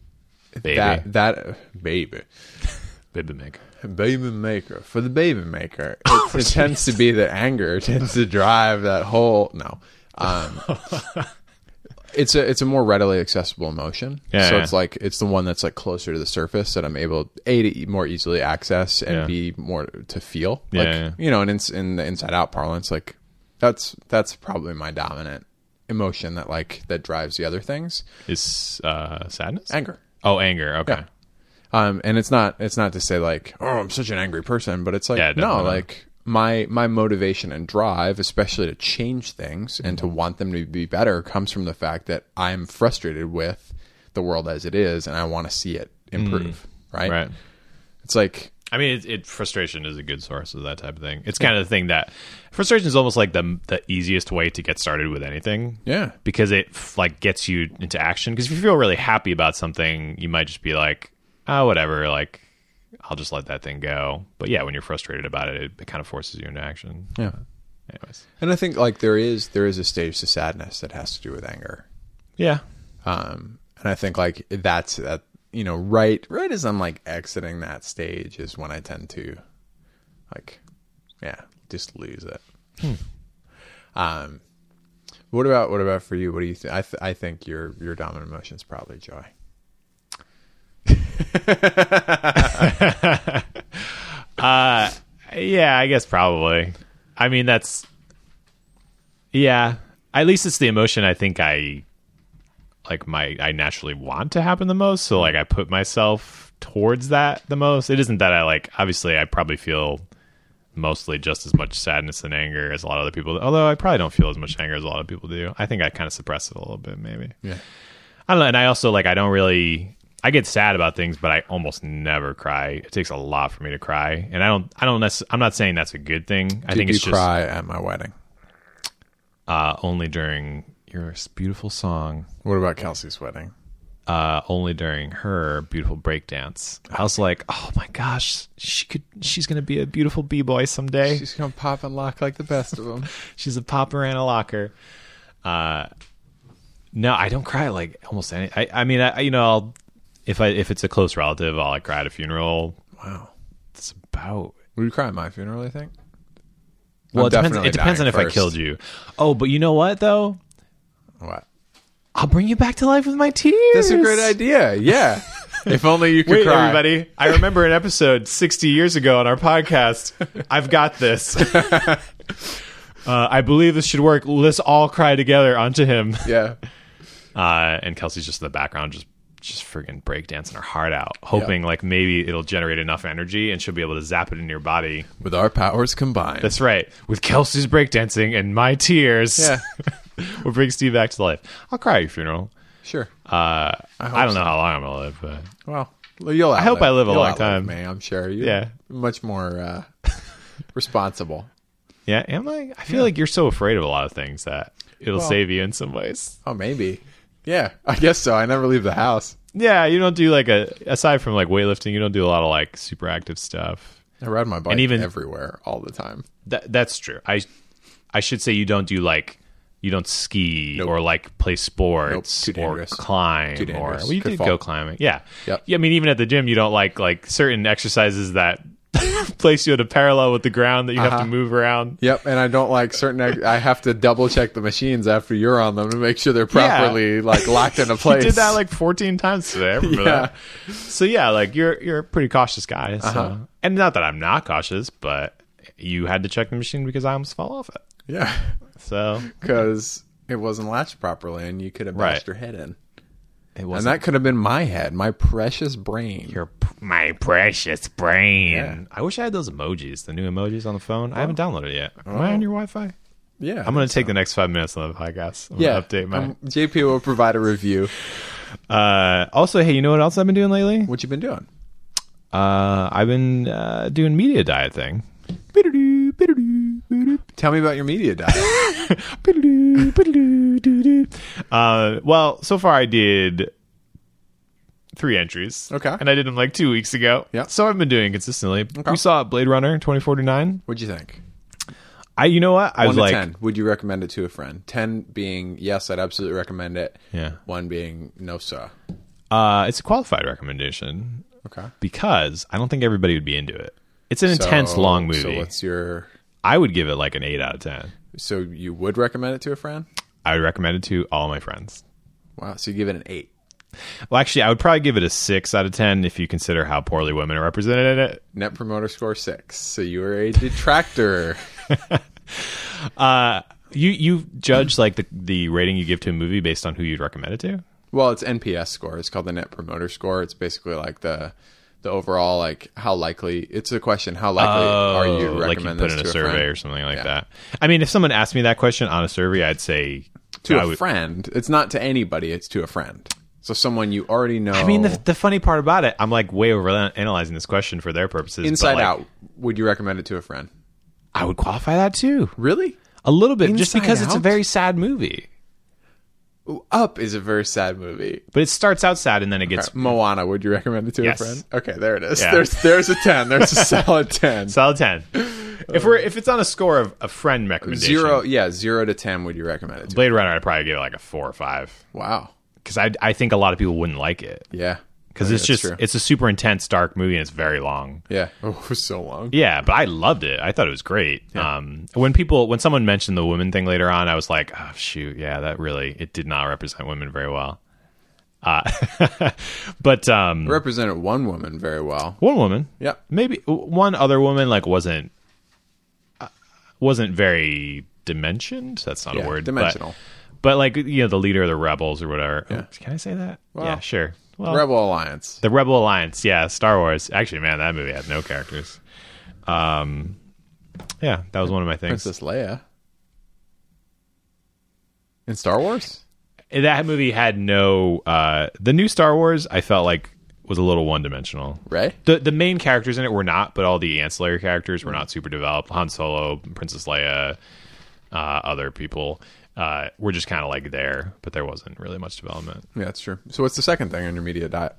[SPEAKER 2] Baby.
[SPEAKER 1] that that baby
[SPEAKER 2] Baby Meg.
[SPEAKER 1] baby maker for the baby
[SPEAKER 2] <laughs>
[SPEAKER 1] maker
[SPEAKER 2] Oh,
[SPEAKER 1] it, it tends to be that anger tends to drive that whole no
[SPEAKER 2] <laughs>
[SPEAKER 1] um it's a it's a more readily accessible emotion
[SPEAKER 2] Yeah,
[SPEAKER 1] so
[SPEAKER 2] yeah.
[SPEAKER 1] it's like it's the one that's like closer to the surface that i'm able a to e- more easily access and
[SPEAKER 2] Yeah.
[SPEAKER 1] b more to feel
[SPEAKER 2] Yeah,
[SPEAKER 1] like
[SPEAKER 2] yeah.
[SPEAKER 1] you know and in, in the inside out parlance like that's that's probably my dominant emotion that like that drives the other things
[SPEAKER 2] Is uh, sadness?
[SPEAKER 1] anger
[SPEAKER 2] oh, anger. Okay.
[SPEAKER 1] Yeah. um, and it's not it's not to say like oh I'm such an angry person, but it's like
[SPEAKER 2] Yeah,
[SPEAKER 1] no,
[SPEAKER 2] definitely not.
[SPEAKER 1] like my my motivation and drive, especially to change things and to want them to be better, comes from the fact that I'm frustrated with the world as it is, and I want to see it improve. Mm. Right?
[SPEAKER 2] Right.
[SPEAKER 1] It's like
[SPEAKER 2] I mean, it, it frustration is a good source of that type of thing. It's kind of the thing that frustration is almost like the the easiest way to get started with anything.
[SPEAKER 1] yeah,
[SPEAKER 2] because it f- like gets you into action. Because if you feel really happy about something, you might just be like, oh, whatever, like I'll just let that thing go. But yeah, when you're frustrated about it, it, it kind of forces you into action.
[SPEAKER 1] Yeah.
[SPEAKER 2] Anyways.
[SPEAKER 1] and I think like there is there is a stage to sadness that has to do with anger.
[SPEAKER 2] Yeah.
[SPEAKER 1] Um, and I think like that's that you know right right as I'm like exiting that stage is when I tend to like yeah just lose it.
[SPEAKER 2] Hmm.
[SPEAKER 1] Um, what about what about for you? What do you think? I th- I think your your dominant emotion is probably joy.
[SPEAKER 2] Yeah, I guess probably. I mean, that's yeah. At least it's the emotion I think I like my I naturally want to happen the most.
[SPEAKER 1] Mm-hmm.
[SPEAKER 2] So like I put myself towards that the most. It isn't that I like obviously I probably feel mostly just as much sadness and anger as a lot of other people. Although I probably don't feel as much anger as a lot of people do. I think I kind of suppress it a little bit maybe.
[SPEAKER 1] Yeah.
[SPEAKER 2] I don't know, and I also like I don't really I get sad about things, but I almost never cry. It takes a lot for me to cry, and I don't I don't necess- I'm not saying that's a good thing. I
[SPEAKER 1] Did
[SPEAKER 2] think
[SPEAKER 1] you
[SPEAKER 2] it's just
[SPEAKER 1] cry at my wedding?
[SPEAKER 2] uh, only during your beautiful song,
[SPEAKER 1] What about Kelsey's wedding?
[SPEAKER 2] uh, only during her beautiful breakdance. I was like, oh my gosh, she could she's gonna be a beautiful b boy someday.
[SPEAKER 1] She's gonna pop and lock like the best of them.
[SPEAKER 2] <laughs> She's a popper and a locker. Uh, no, I don't cry like almost any. I, I mean, I I- you know, I'll, if I if it's a close relative, I'll like cry at a funeral.
[SPEAKER 1] Wow.
[SPEAKER 2] That's about.
[SPEAKER 1] Would you cry at my funeral? I think. I'm
[SPEAKER 2] Well, it depends.
[SPEAKER 1] definitely
[SPEAKER 2] It depends on
[SPEAKER 1] dying
[SPEAKER 2] if I
[SPEAKER 1] first.
[SPEAKER 2] killed you. Oh, but you know what though?
[SPEAKER 1] What?
[SPEAKER 2] I'll bring you back to life with my tears.
[SPEAKER 1] That's a great idea.
[SPEAKER 2] <laughs>
[SPEAKER 1] Yeah. if only you could
[SPEAKER 2] Wait,
[SPEAKER 1] cry.
[SPEAKER 2] everybody! I remember an episode 60 years ago on our podcast. <laughs> I've got <laughs> this. uh, I believe this should work. Let's all cry together onto him.
[SPEAKER 1] Yeah.
[SPEAKER 2] uh, and Kelsey's just in the background, just just friggin' breakdancing her heart out, hoping like maybe it'll generate enough energy and she'll be able to zap it into your body.
[SPEAKER 1] with our powers combined.
[SPEAKER 2] That's right, with Kelsey's breakdancing and my tears, <laughs>
[SPEAKER 1] yeah,
[SPEAKER 2] we'll bring Steve back to life. I'll cry at your funeral.
[SPEAKER 1] <laughs> sure.
[SPEAKER 2] Uh, I, don't know how long I'm gonna live, but
[SPEAKER 1] Well, you'll. I
[SPEAKER 2] hope I live a long time.
[SPEAKER 1] man. I'm sure. You're
[SPEAKER 2] Yeah.
[SPEAKER 1] much more
[SPEAKER 2] <laughs>
[SPEAKER 1] uh, responsible.
[SPEAKER 2] yeah, am I? I feel like you're so afraid of a lot of things that it'll save you in some ways.
[SPEAKER 1] Oh, maybe. Yeah, I guess so. I never leave the house.
[SPEAKER 2] Yeah, you don't do like a aside from like weightlifting, you don't do a lot of like super active stuff.
[SPEAKER 1] I ride my bike
[SPEAKER 2] even-
[SPEAKER 1] everywhere all the time.
[SPEAKER 2] That that's true. I I should say you don't do like you you don't ski
[SPEAKER 1] Nope.
[SPEAKER 2] or like play sports
[SPEAKER 1] Nope, too
[SPEAKER 2] or
[SPEAKER 1] dangerous.
[SPEAKER 2] climb
[SPEAKER 1] Too
[SPEAKER 2] or
[SPEAKER 1] dangerous.
[SPEAKER 2] well, you
[SPEAKER 1] Could
[SPEAKER 2] did
[SPEAKER 1] fall.
[SPEAKER 2] go climbing. Yeah.
[SPEAKER 1] Yep.
[SPEAKER 2] yeah. I mean, even at the gym, you don't like like certain exercises that <laughs> place you at a parallel with the ground that you
[SPEAKER 1] Uh-huh.
[SPEAKER 2] have to move around.
[SPEAKER 1] Yep, and I don't like certain. I have to double check the machines after you're on them to make sure they're properly like locked into place.
[SPEAKER 2] <laughs> You did that like 14 times today. I remember
[SPEAKER 1] <laughs> Yeah.
[SPEAKER 2] that. So yeah, like you're you're a pretty cautious guy. So.
[SPEAKER 1] Uh-huh.
[SPEAKER 2] And not that I'm not cautious, but you had to check the machine because I almost fell off it.
[SPEAKER 1] yeah,
[SPEAKER 2] So
[SPEAKER 1] because it wasn't latched properly, and you could have bashed
[SPEAKER 2] Right.
[SPEAKER 1] your head in,
[SPEAKER 2] it
[SPEAKER 1] and
[SPEAKER 2] wasn't
[SPEAKER 1] that could have been my head, my precious brain.
[SPEAKER 2] your my precious brain.
[SPEAKER 1] Yeah.
[SPEAKER 2] I wish I had those emojis, the new emojis on the phone. I haven't downloaded it yet. Am I on your Wi-Fi?
[SPEAKER 1] yeah,
[SPEAKER 2] I'm gonna take the next five minutes on the podcast. I'm
[SPEAKER 1] yeah.
[SPEAKER 2] gonna update my.
[SPEAKER 1] um, JP will provide a review.
[SPEAKER 2] uh, also, hey, you know what else I've been doing lately?
[SPEAKER 1] What you been doing?
[SPEAKER 2] Uh, I've been uh, doing media diet thing.
[SPEAKER 1] Tell me about your media diet.
[SPEAKER 2] Uh, well, so far I did three entries.
[SPEAKER 1] Okay.
[SPEAKER 2] And I did them like two weeks ago.
[SPEAKER 1] Yeah.
[SPEAKER 2] So I've been doing it consistently. We saw Blade Runner 2049.
[SPEAKER 1] What'd you think?
[SPEAKER 2] I, you know what? I was
[SPEAKER 1] One
[SPEAKER 2] like,
[SPEAKER 1] to ten. Would you recommend it to a friend? Ten being yes, I'd absolutely recommend it.
[SPEAKER 2] yeah.
[SPEAKER 1] One being no, sir.
[SPEAKER 2] Uh, it's a qualified recommendation
[SPEAKER 1] Okay.
[SPEAKER 2] because I don't think everybody would be into it. It's an intense,
[SPEAKER 1] So-
[SPEAKER 2] long
[SPEAKER 1] So
[SPEAKER 2] movie.
[SPEAKER 1] what's your?
[SPEAKER 2] I would give it like an eight out of ten.
[SPEAKER 1] So you would recommend it to a friend?
[SPEAKER 2] I would recommend it to all my friends.
[SPEAKER 1] Wow. So you give it an eight.
[SPEAKER 2] Well, actually, I would probably give it a six out of ten if you consider how poorly women are represented in it.
[SPEAKER 1] Net promoter score six. So you were a
[SPEAKER 2] <laughs>
[SPEAKER 1] detractor.
[SPEAKER 2] You you judge like the the rating you give to a movie based on who you'd recommend it to.
[SPEAKER 1] well, it's NPS score. It's called the net promoter score. It's basically like the the overall like how likely. It's a question. How likely are you to
[SPEAKER 2] Oh, like you
[SPEAKER 1] recommend
[SPEAKER 2] put
[SPEAKER 1] this
[SPEAKER 2] in a
[SPEAKER 1] to
[SPEAKER 2] survey
[SPEAKER 1] friend?
[SPEAKER 2] or something like that. I mean, if someone asked me that question on a survey, I'd say
[SPEAKER 1] to
[SPEAKER 2] I
[SPEAKER 1] a
[SPEAKER 2] would-
[SPEAKER 1] friend. It's not to anybody. It's to a friend. So someone you already know.
[SPEAKER 2] I mean, the, the funny part about it, I'm like way over analyzing this question for their purposes. but,
[SPEAKER 1] inside
[SPEAKER 2] like,
[SPEAKER 1] out. Would you recommend it to a friend?
[SPEAKER 2] I would qualify that too.
[SPEAKER 1] Really?
[SPEAKER 2] A little bit, just
[SPEAKER 1] Inside
[SPEAKER 2] because it's a
[SPEAKER 1] Out?
[SPEAKER 2] very sad movie.
[SPEAKER 1] Up is a very sad movie.
[SPEAKER 2] But it starts out sad and then it gets
[SPEAKER 1] Moana, would you recommend it to
[SPEAKER 2] Yes.
[SPEAKER 1] a friend? Okay, there it is.
[SPEAKER 2] Yeah.
[SPEAKER 1] There's there's a ten. There's
[SPEAKER 2] <laughs>
[SPEAKER 1] a solid ten. <laughs>
[SPEAKER 2] solid ten. If we're if it's on a score of a friend recommendation,
[SPEAKER 1] Zero, yeah, zero to ten. Would you recommend it? to
[SPEAKER 2] Blade Runner, I'd probably give it like a four or five
[SPEAKER 1] Wow,
[SPEAKER 2] because I I think a lot of people wouldn't like it
[SPEAKER 1] yeah,
[SPEAKER 2] because
[SPEAKER 1] Oh, Yeah,
[SPEAKER 2] it's
[SPEAKER 1] that's
[SPEAKER 2] just
[SPEAKER 1] true.
[SPEAKER 2] it's a super intense dark movie and it's very long.
[SPEAKER 1] yeah. Oh, it was so long.
[SPEAKER 2] Yeah, but I loved it. I thought it was great. Um, when people when someone mentioned the women thing later on, I was like, oh shoot, yeah, that really it did not represent women very well. Uh, <laughs> but um,
[SPEAKER 1] Represented one woman very well.
[SPEAKER 2] one woman,
[SPEAKER 1] Yeah,
[SPEAKER 2] maybe one other woman like wasn't uh, wasn't very dimensioned that's not
[SPEAKER 1] Yeah,
[SPEAKER 2] a word but-
[SPEAKER 1] dimensional.
[SPEAKER 2] but, like you know the leader of the rebels or whatever can i say that yeah sure well
[SPEAKER 1] Rebel Alliance.
[SPEAKER 2] the rebel alliance yeah star wars actually man that movie had no characters um yeah that was one of my things
[SPEAKER 1] Princess Leia. In Star Wars,
[SPEAKER 2] that movie had no uh the new star wars i felt like was a little one-dimensional
[SPEAKER 1] right?
[SPEAKER 2] the the main characters in it were not, but all the ancillary characters were not super developed. Han Solo, Princess Leia, uh, other people uh, were just kind of like there, but there wasn't really much development.
[SPEAKER 1] Yeah, that's true. So, what's the second thing on your media diet?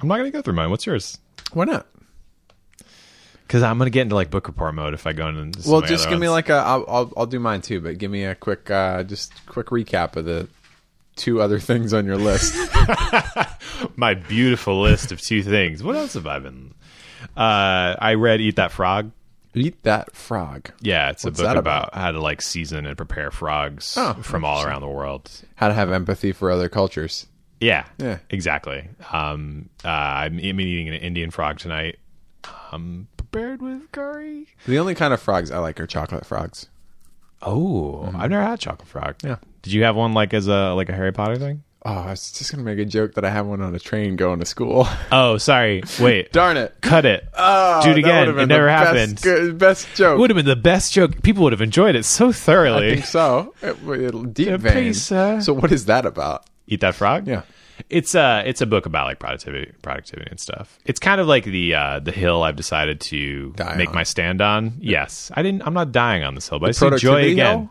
[SPEAKER 2] I'm not gonna go through mine. What's yours?
[SPEAKER 1] Why not?
[SPEAKER 2] Because I'm gonna get into like book report mode if I go into. some
[SPEAKER 1] Well,
[SPEAKER 2] of my
[SPEAKER 1] just
[SPEAKER 2] other
[SPEAKER 1] give me
[SPEAKER 2] ones.
[SPEAKER 1] like a. I'll, I'll I'll do mine too, but give me a quick uh just quick recap of the two other <laughs> things on your list.
[SPEAKER 2] my beautiful list of two things. What else have I been? Uh, I read Eat That Frog.
[SPEAKER 1] Eat that frog.
[SPEAKER 2] Yeah, it's
[SPEAKER 1] What's
[SPEAKER 2] a book
[SPEAKER 1] that
[SPEAKER 2] about?
[SPEAKER 1] about?
[SPEAKER 2] how to like season and prepare frogs
[SPEAKER 1] Oh,
[SPEAKER 2] from all around the world.
[SPEAKER 1] How to have empathy for other cultures.
[SPEAKER 2] Yeah.
[SPEAKER 1] Yeah.
[SPEAKER 2] Exactly. Um, uh, I'm, I'm eating an Indian frog tonight. Um, prepared with curry.
[SPEAKER 1] The only kind of frogs I like are chocolate frogs.
[SPEAKER 2] Oh, I've never had chocolate frog. Yeah. Did you have one like as a like a Harry Potter thing?
[SPEAKER 1] Oh, I was just gonna make a joke that I have one on a train going to school. <laughs>
[SPEAKER 2] Oh, sorry. <laughs> Wait.
[SPEAKER 1] Darn it!
[SPEAKER 2] Cut it.
[SPEAKER 1] Oh,
[SPEAKER 2] Do it
[SPEAKER 1] that
[SPEAKER 2] again.
[SPEAKER 1] would've been
[SPEAKER 2] It never
[SPEAKER 1] the best
[SPEAKER 2] happened.
[SPEAKER 1] go- Best, joke.
[SPEAKER 2] would have been the best joke. People would have enjoyed it so
[SPEAKER 1] I
[SPEAKER 2] thoroughly.
[SPEAKER 1] think so. It, it, deep
[SPEAKER 2] Yeah,
[SPEAKER 1] vein.
[SPEAKER 2] please, sir.
[SPEAKER 1] So what is that about?
[SPEAKER 2] Eat that frog.
[SPEAKER 1] Yeah.
[SPEAKER 2] It's a it's a book about like productivity, productivity and stuff. It's kind of like the uh, the hill I've decided to
[SPEAKER 1] Die
[SPEAKER 2] make
[SPEAKER 1] on.
[SPEAKER 2] my stand on. Yes, I didn't. I'm not dying on this hill, but I just enjoy it
[SPEAKER 1] productivity
[SPEAKER 2] again.
[SPEAKER 1] hill?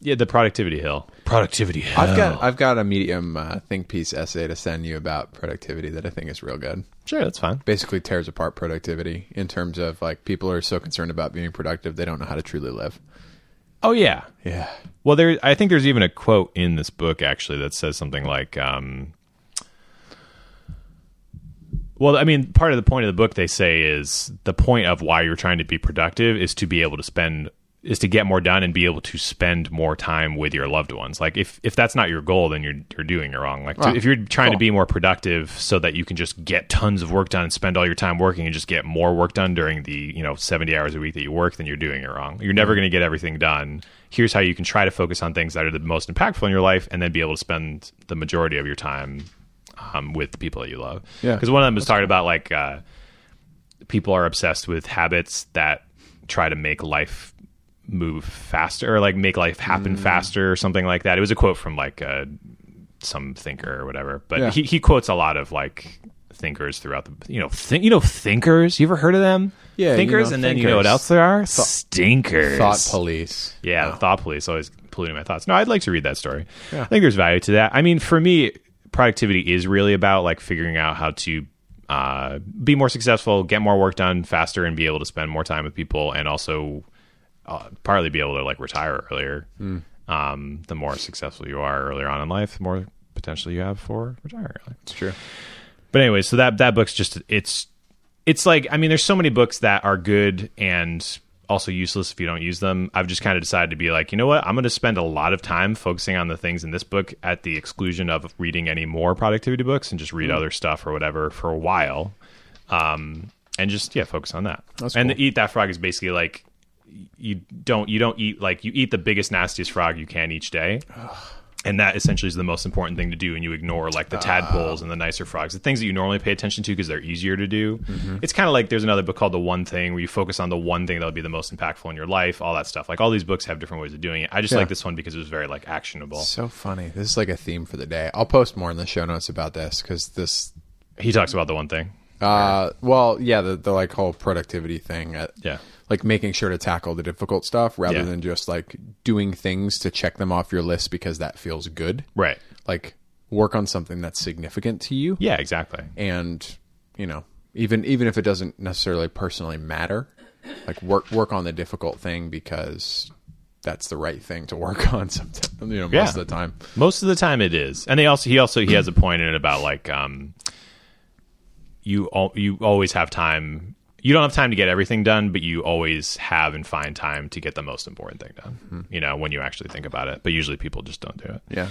[SPEAKER 2] Yeah, the productivity hill. Productivity hill.
[SPEAKER 1] I've got I've got a medium uh, think piece essay to send you about productivity that I think is real good.
[SPEAKER 2] sure, that's fine.
[SPEAKER 1] Basically tears apart productivity in terms of like people are so concerned about being productive they don't know how to truly live.
[SPEAKER 2] Oh yeah.
[SPEAKER 1] Yeah.
[SPEAKER 2] Well, there. I think there's even a quote in this book actually that says something like, um, "Well, I mean, part of the point of the book they say is the point of why you're trying to be productive is to be able to spend is to get more done and be able to spend more time with your loved ones. Like if if that's not your goal, then you're you're doing it wrong. Like to-
[SPEAKER 1] Wow.
[SPEAKER 2] if you're trying to
[SPEAKER 1] Cool.
[SPEAKER 2] be more productive so that you can just get tons of work done and spend all your time working and just get more work done during the you know 70 hours a week that you work then you're doing it wrong you're never going to get everything done here's how you can try to focus on things that are the most impactful in your life and then be able to spend the majority of your time um, with the people that you love
[SPEAKER 1] Yeah.
[SPEAKER 2] because one of them was talking about like uh, people are obsessed with habits that try to make life move faster or like make life happen
[SPEAKER 1] Mm.
[SPEAKER 2] faster or something like that it was a quote from like uh, some thinker or whatever. But
[SPEAKER 1] Yeah.
[SPEAKER 2] he, he quotes a lot of like thinkers throughout the you know think you know thinkers. You ever heard of them?
[SPEAKER 1] Yeah, you
[SPEAKER 2] thinkers.
[SPEAKER 1] know,
[SPEAKER 2] and then you know what
[SPEAKER 1] thinkers.
[SPEAKER 2] else there are? Stinkers.
[SPEAKER 1] Thought police.
[SPEAKER 2] Yeah, the thought police always polluting my thoughts. No, I'd like to read that story. I think there's value to that. I mean, for me, productivity is really about like figuring out how to uh, be more successful, get more work done faster, and be able to spend more time with people, and also uh, partly be able to like retire earlier. Um, the more successful you are earlier on in life, the more potential you have for retiring early.
[SPEAKER 1] It's true.
[SPEAKER 2] But anyway, so that that book's just it's it's like I mean, there's so many books that are good and also useless if you don't use them. I've just kind of decided to be like, you know what, I'm going to spend a lot of time focusing on the things in this book at the exclusion of reading any more productivity books and just
[SPEAKER 1] Mm.
[SPEAKER 2] read other stuff or whatever for a while, um, and just yeah, focus on that.
[SPEAKER 1] That's
[SPEAKER 2] and
[SPEAKER 1] cool.
[SPEAKER 2] the eat that frog is basically like you don't you don't eat like you eat the biggest nastiest frog you can each day
[SPEAKER 1] Oh,
[SPEAKER 2] and that essentially is the most important thing to do and you ignore like the tadpoles and the nicer frogs the things that you normally pay attention to because they're easier to do it's kind of like there's another book called the one thing where you focus on the one thing that'll be the most impactful in your life all that stuff like all these books have different ways of doing it i just
[SPEAKER 1] Yeah.
[SPEAKER 2] like this one because it was very like actionable
[SPEAKER 1] So funny. This is like a theme for the day. I'll post more in the show notes about this because this.
[SPEAKER 2] he talks about the one thing
[SPEAKER 1] Uh, well, yeah, the, the like whole productivity thing. At,
[SPEAKER 2] yeah
[SPEAKER 1] Like making sure to tackle the difficult stuff rather
[SPEAKER 2] Yeah.
[SPEAKER 1] than just like doing things to check them off your list because that feels good.
[SPEAKER 2] right
[SPEAKER 1] Like work on something that's significant to you.
[SPEAKER 2] yeah exactly
[SPEAKER 1] and you know even even if it doesn't necessarily personally matter like work work on the difficult thing because that's the right thing to work <laughs> on sometimes you know most
[SPEAKER 2] Yeah.
[SPEAKER 1] of the time
[SPEAKER 2] Most of the time it is. And they also he also he has a point in it about like um you all you always have time you don't have time to get everything done, but you always have and find time to get the most important thing done. You know, when you actually think about it. But usually people just don't do it.
[SPEAKER 1] yeah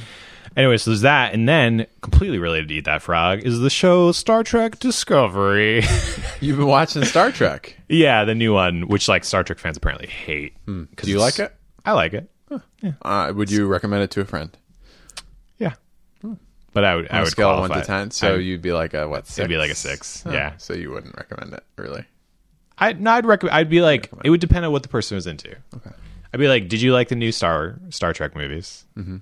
[SPEAKER 2] Anyway, so there's that, and then completely related to Eat That Frog is the show Star Trek Discovery. <laughs>
[SPEAKER 1] you've been watching star trek
[SPEAKER 2] yeah, the new one, which like Star Trek fans apparently hate.
[SPEAKER 1] Hmm. do you like it
[SPEAKER 2] I like it.
[SPEAKER 1] uh, would you recommend it to a friend
[SPEAKER 2] Yeah. Hmm. But I would I
[SPEAKER 1] on a
[SPEAKER 2] would
[SPEAKER 1] scale of
[SPEAKER 2] qualify
[SPEAKER 1] one to
[SPEAKER 2] it.
[SPEAKER 1] ten so
[SPEAKER 2] I-
[SPEAKER 1] you'd be like a what six?
[SPEAKER 2] It'd be like a six, yeah.
[SPEAKER 1] so you wouldn't recommend it really
[SPEAKER 2] I no, I'd recommend. I'd be like, it would depend on what the person was into. Okay. I'd be like, did you like the new Star Star Trek movies? Mm-hmm.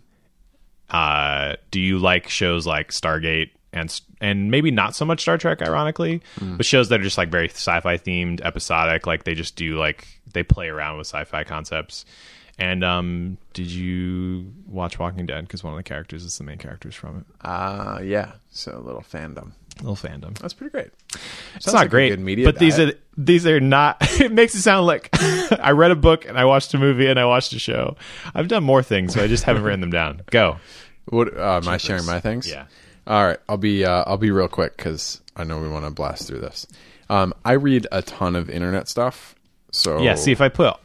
[SPEAKER 2] Uh, do you like shows like Stargate and s- and maybe not so much Star Trek, ironically, but shows that are just like very sci-fi themed, episodic. Like they just do like they play around with sci-fi concepts. And um, did you watch Walking Dead? Because one of the characters is the main characters from it.
[SPEAKER 1] uh yeah so a little fandom
[SPEAKER 2] little fandom.
[SPEAKER 1] that's pretty great
[SPEAKER 2] It's not great, but these are these are not. <laughs> It makes it sound like I read a book and I watched a movie and I watched a show. I've done more things, but I just haven't written them down. Go.
[SPEAKER 1] What uh, am I sharing my things?
[SPEAKER 2] Yeah.
[SPEAKER 1] All right, I'll be uh, I'll be real quick because I know we want to blast through this. Um, I read a ton of internet stuff, so
[SPEAKER 2] Yeah. See if I put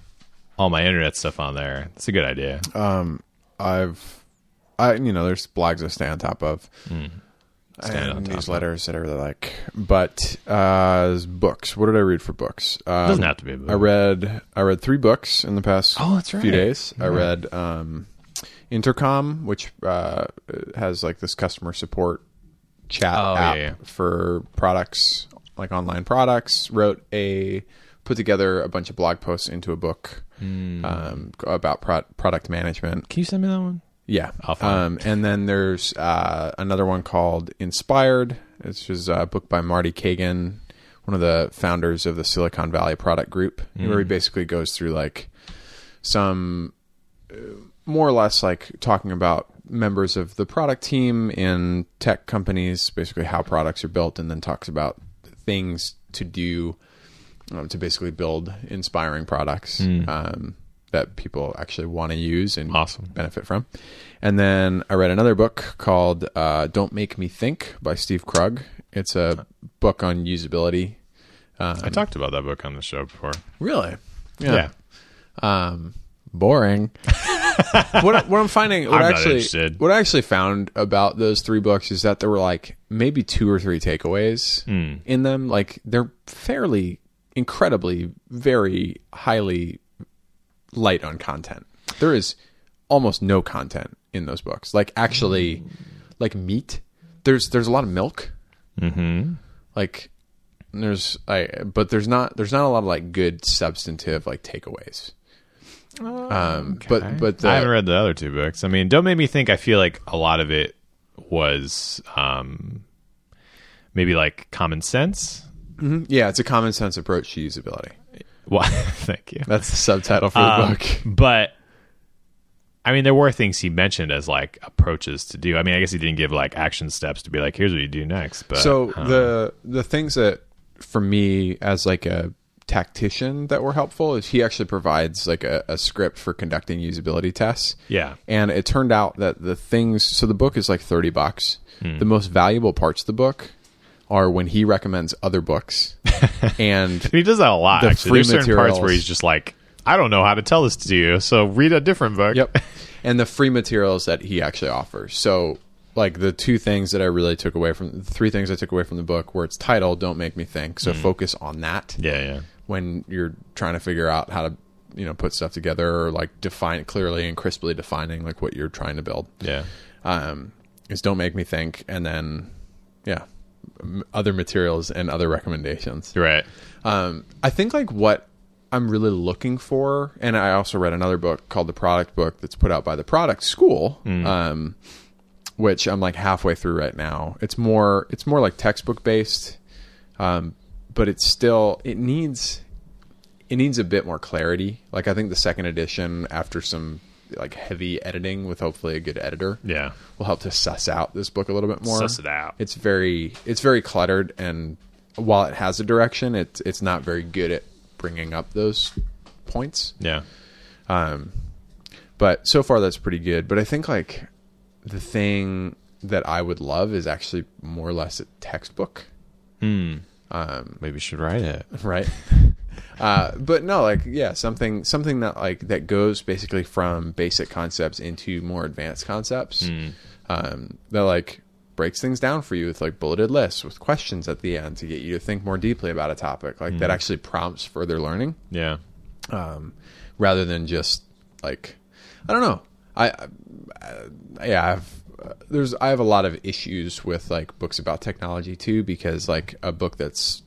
[SPEAKER 2] all my internet stuff on there. It's a good idea.
[SPEAKER 1] Um, I've I you know there's blogs I stay on top of,
[SPEAKER 2] Stand
[SPEAKER 1] and
[SPEAKER 2] Mm. on top of.
[SPEAKER 1] newsletters that I really like. But uh, books. What did I read for books? Um,
[SPEAKER 2] Doesn't have to be a book.
[SPEAKER 1] I read I read three books in the past
[SPEAKER 2] Oh, that's
[SPEAKER 1] few
[SPEAKER 2] right.
[SPEAKER 1] days. I read um, Intercom, which uh, has like this customer support chat
[SPEAKER 2] Oh, yeah,
[SPEAKER 1] app
[SPEAKER 2] yeah.
[SPEAKER 1] for products like online products. Wrote a put together a bunch of blog posts into a book
[SPEAKER 2] Hmm.
[SPEAKER 1] um, about pro- product management.
[SPEAKER 2] Can you send me that one?
[SPEAKER 1] Yeah.
[SPEAKER 2] I'll find
[SPEAKER 1] Um, and then there's uh, another one called Inspired. It's just a book by Marty Kagan, one of the founders of the Silicon Valley Product Group, where
[SPEAKER 2] Hmm.
[SPEAKER 1] he basically goes through like some uh, more or less like talking about members of the product team in tech companies, basically how products are built, and then talks about
[SPEAKER 2] Hmm.
[SPEAKER 1] things to do um, to basically build inspiring products. Um, that people actually want to use and
[SPEAKER 2] Awesome.
[SPEAKER 1] benefit from. And then I read another book called uh, "Don't Make Me Think" by Steve Krug. It's a book on usability.
[SPEAKER 2] I talked about that book on the show before.
[SPEAKER 1] Really?
[SPEAKER 2] Yeah.
[SPEAKER 1] um, boring. <laughs> what, what I'm finding, what
[SPEAKER 2] I'm
[SPEAKER 1] I
[SPEAKER 2] not
[SPEAKER 1] actually,
[SPEAKER 2] interested.
[SPEAKER 1] what I actually found about those three books is that there were like maybe two or three takeaways
[SPEAKER 2] Hmm.
[SPEAKER 1] in them. Like they're fairly, incredibly, very highly light on content. There is almost no content in those books. Like actually, like meat. There's there's a lot of milk.
[SPEAKER 2] Mm-hmm.
[SPEAKER 1] Like there's I but there's not there's not a lot of like good substantive like takeaways. Um, but but the,
[SPEAKER 2] Oh, I haven't read the other two books. I mean, don't make me think. I feel like a lot of it was um, maybe like common sense. <laughs>
[SPEAKER 1] yeah, it's a common sense approach to usability.
[SPEAKER 2] Well, thank you.
[SPEAKER 1] That's the subtitle for the
[SPEAKER 2] Um,
[SPEAKER 1] book.
[SPEAKER 2] But I mean, there were things he mentioned as like approaches to do. I mean, I guess he didn't give like action steps to be like, here's what you do next. But
[SPEAKER 1] So
[SPEAKER 2] uh,
[SPEAKER 1] the the things that for me as like a tactician that were helpful is he actually provides like a, a script for conducting usability tests.
[SPEAKER 2] yeah,
[SPEAKER 1] And it turned out that the things so the book is like 30 bucks. The most valuable parts of the book are when he recommends other books and
[SPEAKER 2] he does that a lot.
[SPEAKER 1] The
[SPEAKER 2] Actually,
[SPEAKER 1] free
[SPEAKER 2] there's certain parts where
[SPEAKER 1] materials.
[SPEAKER 2] he's just like, I don't know how to tell this to you, so read a different book.
[SPEAKER 1] Yep. And the free materials that he actually offers. So, like the two things that I really took away from the three things I took away from the book were its title, Don't Make Me Think. So, focus on that
[SPEAKER 2] Yeah, yeah.
[SPEAKER 1] when you're trying to figure out how to, you know, put stuff together or like define clearly and crisply defining like what you're trying to build.
[SPEAKER 2] Yeah.
[SPEAKER 1] Um, is Don't Make Me Think. And then, yeah, m- other materials and other recommendations.
[SPEAKER 2] You're right.
[SPEAKER 1] Um, I think like what I'm really looking for, and I also read another book called The Product Book that's put out by the Product School, um, which I'm like halfway through right now. It's more it's more like textbook based, um, but it's still it needs it needs a bit more clarity. Like I think the second edition after some like heavy editing with hopefully a good editor
[SPEAKER 2] Yeah.
[SPEAKER 1] will help to suss out this book a little bit more.
[SPEAKER 2] Suss it out.
[SPEAKER 1] It's very it's very cluttered, and while it has a direction, it's it's not very good at bringing up those points.
[SPEAKER 2] Yeah.
[SPEAKER 1] But so far, that's pretty good. But I think like the thing that I would love is actually more or less a textbook,
[SPEAKER 2] Maybe you should write it.
[SPEAKER 1] right? <laughs> uh, but no, like yeah, something something that like that goes basically from basic concepts into more advanced concepts. um, that like breaks things down for you with like bulleted lists with questions at the end to get you to think more deeply about a topic like that actually prompts further learning
[SPEAKER 2] Yeah.
[SPEAKER 1] rather than just like i don't know i, I I- yeah i've uh, there's i have a lot of issues with like books about technology too because like a book that's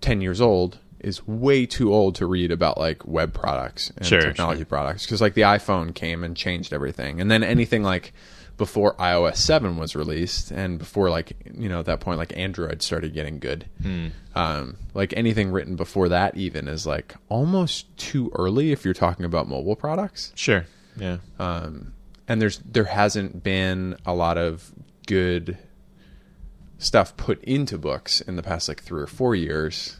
[SPEAKER 1] 10 years old is way too old to read about like web products and
[SPEAKER 2] Sure,
[SPEAKER 1] technology products because like the iphone came and changed everything and then anything like before ios 7 was released and before like you know at that point like android started getting good
[SPEAKER 2] Hmm.
[SPEAKER 1] um, like anything written before that even is like almost too early if you're talking about mobile products
[SPEAKER 2] Sure. Yeah.
[SPEAKER 1] and there's there hasn't been a lot of good stuff put into books in the past like three or four years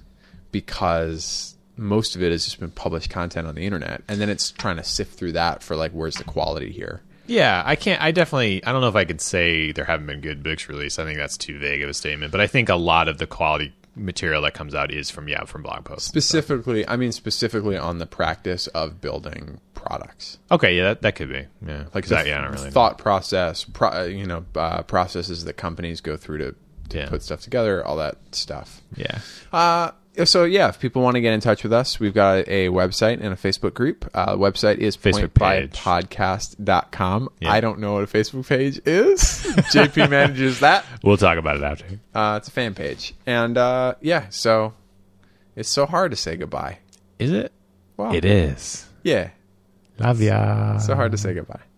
[SPEAKER 1] because most of it has just been published content on the internet and then it's trying to sift through that for like where's the quality here
[SPEAKER 2] Yeah, I can't. I definitely. I don't know if I could say there haven't been good books released. I think that's too vague of a statement. But I think a lot of the quality material that comes out is from yeah from blog posts.
[SPEAKER 1] specifically i mean specifically on the practice of building products
[SPEAKER 2] Okay, yeah, that, that could be. Yeah,
[SPEAKER 1] like
[SPEAKER 2] that.
[SPEAKER 1] the
[SPEAKER 2] Yeah, I don't really. know.
[SPEAKER 1] thought process pro, you know uh, processes that companies go through to, to
[SPEAKER 2] Yeah.
[SPEAKER 1] put stuff together all that stuff
[SPEAKER 2] Yeah.
[SPEAKER 1] Uh, so yeah, if people want to get in touch with us, we've got a website and a Facebook group. Uh, the website is
[SPEAKER 2] Facebook page.
[SPEAKER 1] pointbypodcast.com. I don't know what a Facebook page is. <laughs> JP manages that.
[SPEAKER 2] We'll talk about it after.
[SPEAKER 1] Uh, it's a fan page. And uh, yeah, so it's so hard to say goodbye.
[SPEAKER 2] Is it?
[SPEAKER 1] Wow.
[SPEAKER 2] It is.
[SPEAKER 1] Yeah,
[SPEAKER 2] Love ya.
[SPEAKER 1] so hard to say goodbye.